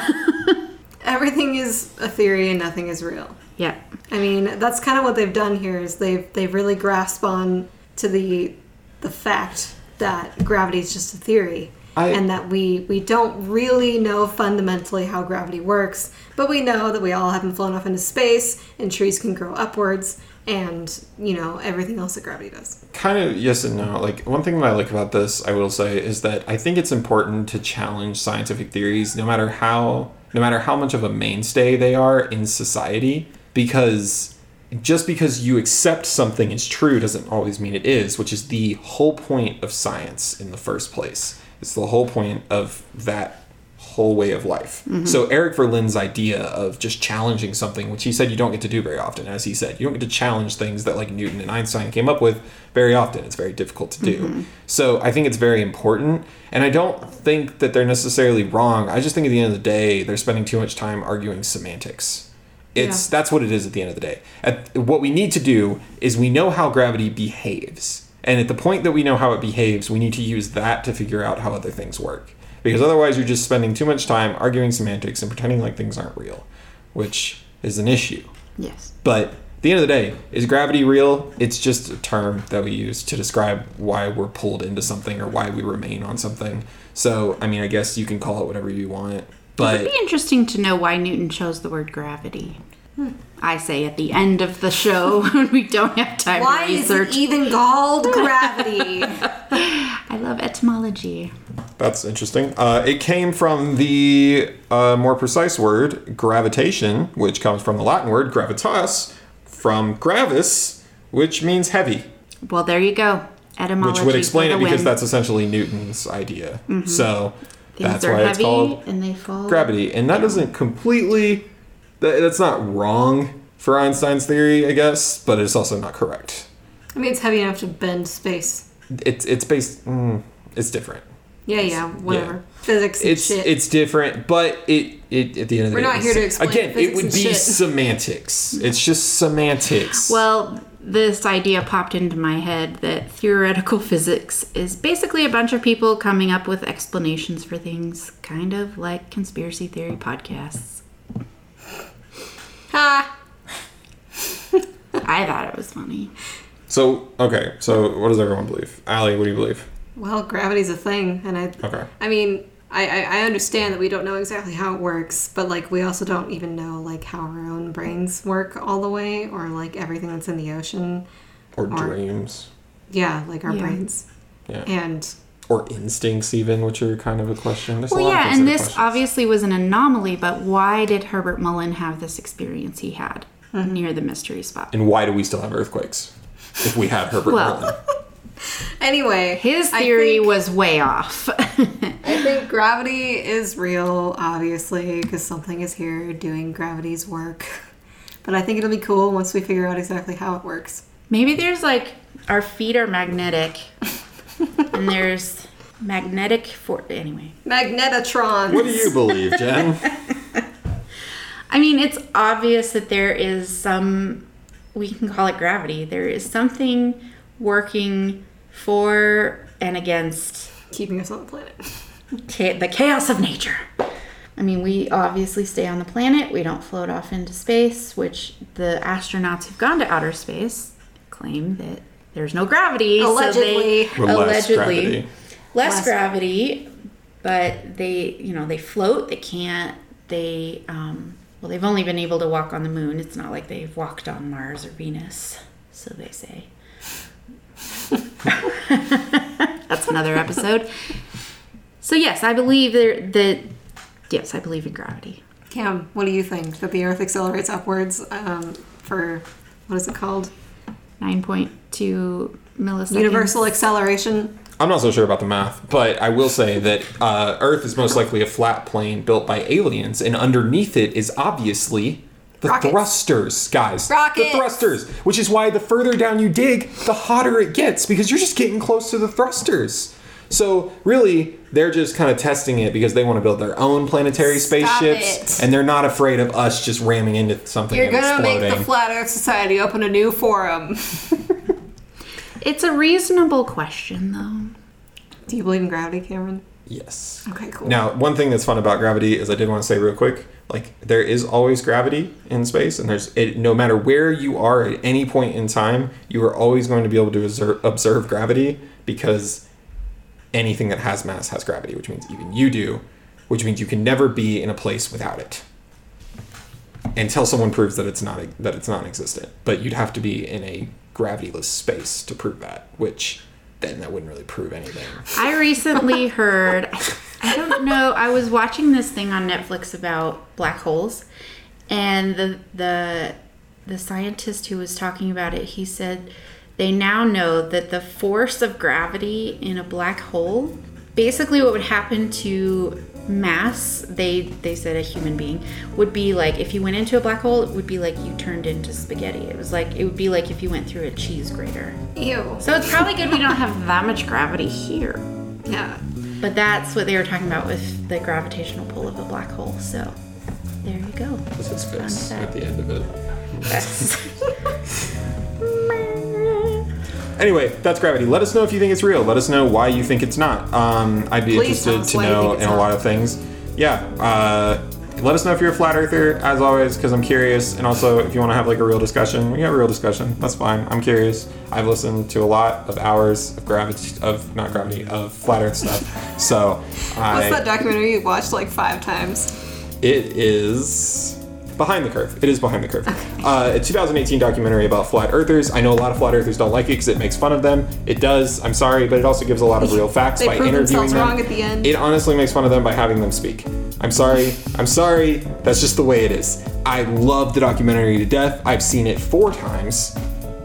[SPEAKER 2] Everything is a theory, and nothing is real.
[SPEAKER 1] yeah.
[SPEAKER 2] I mean, that's kind of what they've done here is they've they've really grasped on to the the fact that gravity is just a theory
[SPEAKER 3] I-
[SPEAKER 2] and that we we don't really know fundamentally how gravity works, but we know that we all haven't flown off into space and trees can grow upwards and, you know, everything else that gravity does.
[SPEAKER 3] Kind of yes and no. Like one thing that I like about this, I will say, is that I think it's important to challenge scientific theories, no matter how no matter how much of a mainstay they are in society, because just because you accept something as true doesn't always mean it is, which is the whole point of science in the first place. It's the whole point of that whole way of life. So Eric Verlin's idea of just challenging something, which he said you don't get to do very often, as he said, you don't get to challenge things that like Newton and Einstein came up with very often. It's very difficult to do. So I think it's very important. And I don't think that they're necessarily wrong. I just think at the end of the day, they're spending too much time arguing semantics. It's that's what it is at the end of the day. At, what we need to do is we know how gravity behaves, and at the point that we know how it behaves, we need to use that to figure out how other things work. Because otherwise, you're just spending too much time arguing semantics and pretending like things aren't real, which is an issue.
[SPEAKER 1] Yes.
[SPEAKER 3] But at the end of the day, is gravity real? It's just a term that we use to describe why we're pulled into something or why we remain on something. So, I mean, I guess you can call it whatever you want,
[SPEAKER 1] It'd
[SPEAKER 3] but
[SPEAKER 1] be interesting to know why Newton chose the word gravity. I say at the end of the show when we don't have time
[SPEAKER 2] Why
[SPEAKER 1] to
[SPEAKER 2] is it
[SPEAKER 1] research.
[SPEAKER 2] even called gravity?
[SPEAKER 1] I love etymology.
[SPEAKER 3] That's interesting. Uh, it came from the uh, more precise word gravitation, which comes from the Latin word gravitas, from gravis, which means heavy,
[SPEAKER 1] Well, there you go. Etymology.
[SPEAKER 3] which would explain
[SPEAKER 1] for
[SPEAKER 3] it
[SPEAKER 1] the
[SPEAKER 3] because
[SPEAKER 1] win.
[SPEAKER 3] that's essentially Newton's idea. So
[SPEAKER 1] Things
[SPEAKER 3] that's
[SPEAKER 1] are
[SPEAKER 3] why
[SPEAKER 1] heavy
[SPEAKER 3] it's called
[SPEAKER 1] and they fall.
[SPEAKER 3] gravity. And that doesn't completely, that, that's not wrong for Einstein's theory, I guess, but it's also not correct.
[SPEAKER 2] I mean, it's heavy enough to bend space.
[SPEAKER 3] It's, it's based, mm, it's different.
[SPEAKER 2] Yeah, yeah, whatever. Physics and
[SPEAKER 3] it's
[SPEAKER 2] shit.
[SPEAKER 3] it's different, but it it at the end of the
[SPEAKER 2] We're
[SPEAKER 3] day,
[SPEAKER 2] not here to
[SPEAKER 3] it's-
[SPEAKER 2] explain
[SPEAKER 3] again. It
[SPEAKER 2] physics
[SPEAKER 3] would
[SPEAKER 2] and
[SPEAKER 3] be
[SPEAKER 2] shit.
[SPEAKER 3] semantics. It's just semantics.
[SPEAKER 1] Well, this idea popped into my head that theoretical physics is basically a bunch of people coming up with explanations for things, kind of like conspiracy theory podcasts.
[SPEAKER 2] ha!
[SPEAKER 1] I thought it was funny.
[SPEAKER 3] so okay, so what does everyone believe? Allie, what do you believe?
[SPEAKER 2] Well, gravity's a thing, and I.
[SPEAKER 3] Okay,
[SPEAKER 2] I mean, I, I, I understand that we don't know exactly how it works, but like we also don't even know like how our own brains work all the way, or like everything that's in the ocean.
[SPEAKER 3] or
[SPEAKER 2] Or-
[SPEAKER 3] dreams,
[SPEAKER 2] Yeah, like our
[SPEAKER 1] Yeah.
[SPEAKER 2] brains.
[SPEAKER 3] Yeah.
[SPEAKER 2] And
[SPEAKER 3] or instincts, even, which are kind of a question. There's a
[SPEAKER 1] Well,
[SPEAKER 3] lot of
[SPEAKER 1] yeah, and
[SPEAKER 3] considered
[SPEAKER 1] this
[SPEAKER 3] questions.
[SPEAKER 1] obviously was an anomaly, but why did Herbert Mullen have this experience he had
[SPEAKER 2] Mm-hmm.
[SPEAKER 1] near the mystery spot?
[SPEAKER 3] and why do we still have earthquakes if we had Herbert
[SPEAKER 1] Well-
[SPEAKER 3] Mullen?
[SPEAKER 2] anyway,
[SPEAKER 1] His
[SPEAKER 2] I
[SPEAKER 1] theory
[SPEAKER 2] think-
[SPEAKER 1] was way off.
[SPEAKER 2] I think gravity is real, obviously, because something is here doing gravity's work. But I think it'll be cool once we figure out exactly how it works.
[SPEAKER 1] Maybe there's like our feet are magnetic, and there's magnetic for anyway.
[SPEAKER 2] Magnetatron.
[SPEAKER 3] What do you believe, Jen?
[SPEAKER 1] I mean, it's obvious that there is some, we can call it gravity, there is something working for and against
[SPEAKER 2] Keeping us on the planet.
[SPEAKER 1] cha- the chaos of nature. I mean, we obviously stay on the planet, we don't float off into space, which the astronauts who've gone to outer space claim that there's no gravity.
[SPEAKER 2] Allegedly.
[SPEAKER 1] So they,
[SPEAKER 3] Or less
[SPEAKER 1] allegedly.
[SPEAKER 3] gravity.
[SPEAKER 1] Less,
[SPEAKER 2] Less-
[SPEAKER 1] gravity, but they, you know, they float, they can't, they, um, well, they've only been able to walk on the moon. It's not like they've walked on Mars or Venus, so they say. That's another episode. So yes, I believe there that yes, I believe in gravity.
[SPEAKER 2] Cam, what do you think? That the Earth accelerates upwards um, for what is it called?
[SPEAKER 1] Nine point two milliseconds.
[SPEAKER 2] Universal acceleration.
[SPEAKER 3] I'm not so sure about the math, but I will say that uh, Earth is most likely a flat plane built by aliens, and underneath it is obviously the
[SPEAKER 2] Rockets.
[SPEAKER 3] thrusters, guys.
[SPEAKER 2] Rockets.
[SPEAKER 3] The thrusters, which is why the further down you dig, the hotter it gets because you're just getting close to the thrusters. So really, they're just kind of testing it because they want to build their own planetary spaceships,
[SPEAKER 2] it.
[SPEAKER 3] and they're not afraid of us just ramming into something
[SPEAKER 2] You're
[SPEAKER 3] and
[SPEAKER 2] gonna
[SPEAKER 3] exploding.
[SPEAKER 2] make the Flat Earth Society open a new forum.
[SPEAKER 1] It's a reasonable question though.
[SPEAKER 2] do you believe in gravity, Cameron?
[SPEAKER 3] yes.
[SPEAKER 2] Okay, cool.
[SPEAKER 3] Now, one thing that's fun about gravity is I did want to say real quick, like there is always gravity in space, and there's it, no matter where you are at any point in time, you are always going to be able to observe, observe gravity because anything that has mass has gravity, which means even you do, which means you can never be in a place without it until someone proves that it's not e, that it's non-existent. But you'd have to be in a gravityless space to prove that, which then that wouldn't really prove anything.
[SPEAKER 1] I recently heard I don't know, I was watching this thing on Netflix about black holes and the the the scientist who was talking about it, he said they now know that the force of gravity in a black hole basically what would happen to mass they they said a human being would be like if you went into a black hole it would be like you turned into spaghetti it was like it would be like if you went through a cheese grater
[SPEAKER 2] Ew.
[SPEAKER 1] so it's probably good we don't have that much gravity here
[SPEAKER 2] Yeah.
[SPEAKER 1] but that's what they were talking about with the gravitational pull of a black hole so there you go
[SPEAKER 3] That's his face
[SPEAKER 1] Fun
[SPEAKER 3] at
[SPEAKER 1] fact.
[SPEAKER 3] the end of it.
[SPEAKER 1] That's-
[SPEAKER 3] Anyway, that's gravity. Let us know if you think it's real. Let us know why you think it's not. Um, I'd be
[SPEAKER 2] Please tell
[SPEAKER 3] interested
[SPEAKER 2] us
[SPEAKER 3] to
[SPEAKER 2] why you
[SPEAKER 3] know
[SPEAKER 2] think it's
[SPEAKER 3] in a
[SPEAKER 2] not.
[SPEAKER 3] lot of things. Yeah. Uh, let us know if you're a flat earther, as always, because I'm curious. And also, if you want to have like a real discussion, we got a real discussion. That's fine. I'm curious. I've listened to a lot of hours of gravity, of not gravity, of flat Earth stuff. So,
[SPEAKER 2] What's
[SPEAKER 3] I,
[SPEAKER 2] that documentary you watched like five times?
[SPEAKER 3] It is behind the curve. It is behind the curve. Uh, a 2018 documentary about flat earthers. I know a lot of flat earthers don't like it because it makes fun of them. It does. I'm sorry, but it also gives a lot of real facts
[SPEAKER 2] They
[SPEAKER 3] by
[SPEAKER 2] prove
[SPEAKER 3] interviewing
[SPEAKER 2] themselves
[SPEAKER 3] them.
[SPEAKER 2] wrong at the end.
[SPEAKER 3] It honestly makes fun of them by having them speak. I'm sorry. I'm sorry. That's just the way it is. I love the documentary to death. I've seen it four times,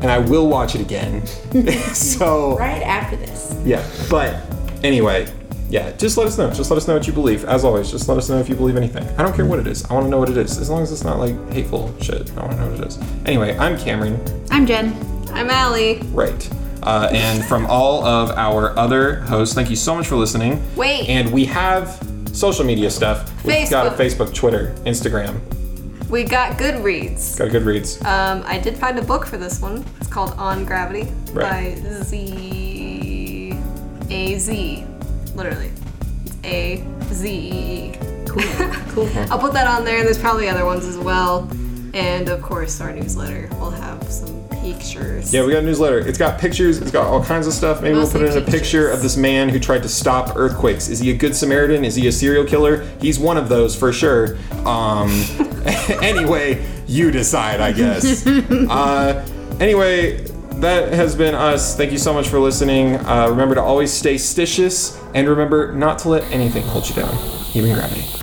[SPEAKER 3] and I will watch it again. so
[SPEAKER 1] right after this
[SPEAKER 3] yeah, but anyway, yeah, just let us know. Just let us know what you believe. As always, just let us know if you believe anything. I don't care what it is. I want to know what it is. As long as it's not like hateful shit, I want to know what it is. Anyway, I'm Cameron.
[SPEAKER 1] i'm jen
[SPEAKER 2] I'm Allie.
[SPEAKER 3] Right. Uh, and from all of our other hosts, thank you so much for listening.
[SPEAKER 2] Wait.
[SPEAKER 3] And we have social media stuff. We've got a Facebook, Twitter, Instagram.
[SPEAKER 2] We got Goodreads.
[SPEAKER 3] Got a Goodreads.
[SPEAKER 2] Um, I did find a book for this one. It's called On Gravity
[SPEAKER 3] Right.
[SPEAKER 2] by Z A Z. Literally. It's A Z E E.
[SPEAKER 1] cool cool
[SPEAKER 2] I'll put that on there, and there's probably other ones as well. And of course, our newsletter will have some pictures.
[SPEAKER 3] Yeah, we got a newsletter. It's got pictures. It's got all kinds of stuff. Maybe
[SPEAKER 2] Mostly
[SPEAKER 3] we'll put in a
[SPEAKER 2] pictures.
[SPEAKER 3] picture of this man who tried to stop earthquakes. Is he a good Samaritan? Is he a serial killer? He's one of those for sure. Um, anyway, you decide, I guess. Uh, anyway, that has been us. Thank you so much for listening. Uh, remember to always stay stitious and remember not to let anything hold you down, even gravity.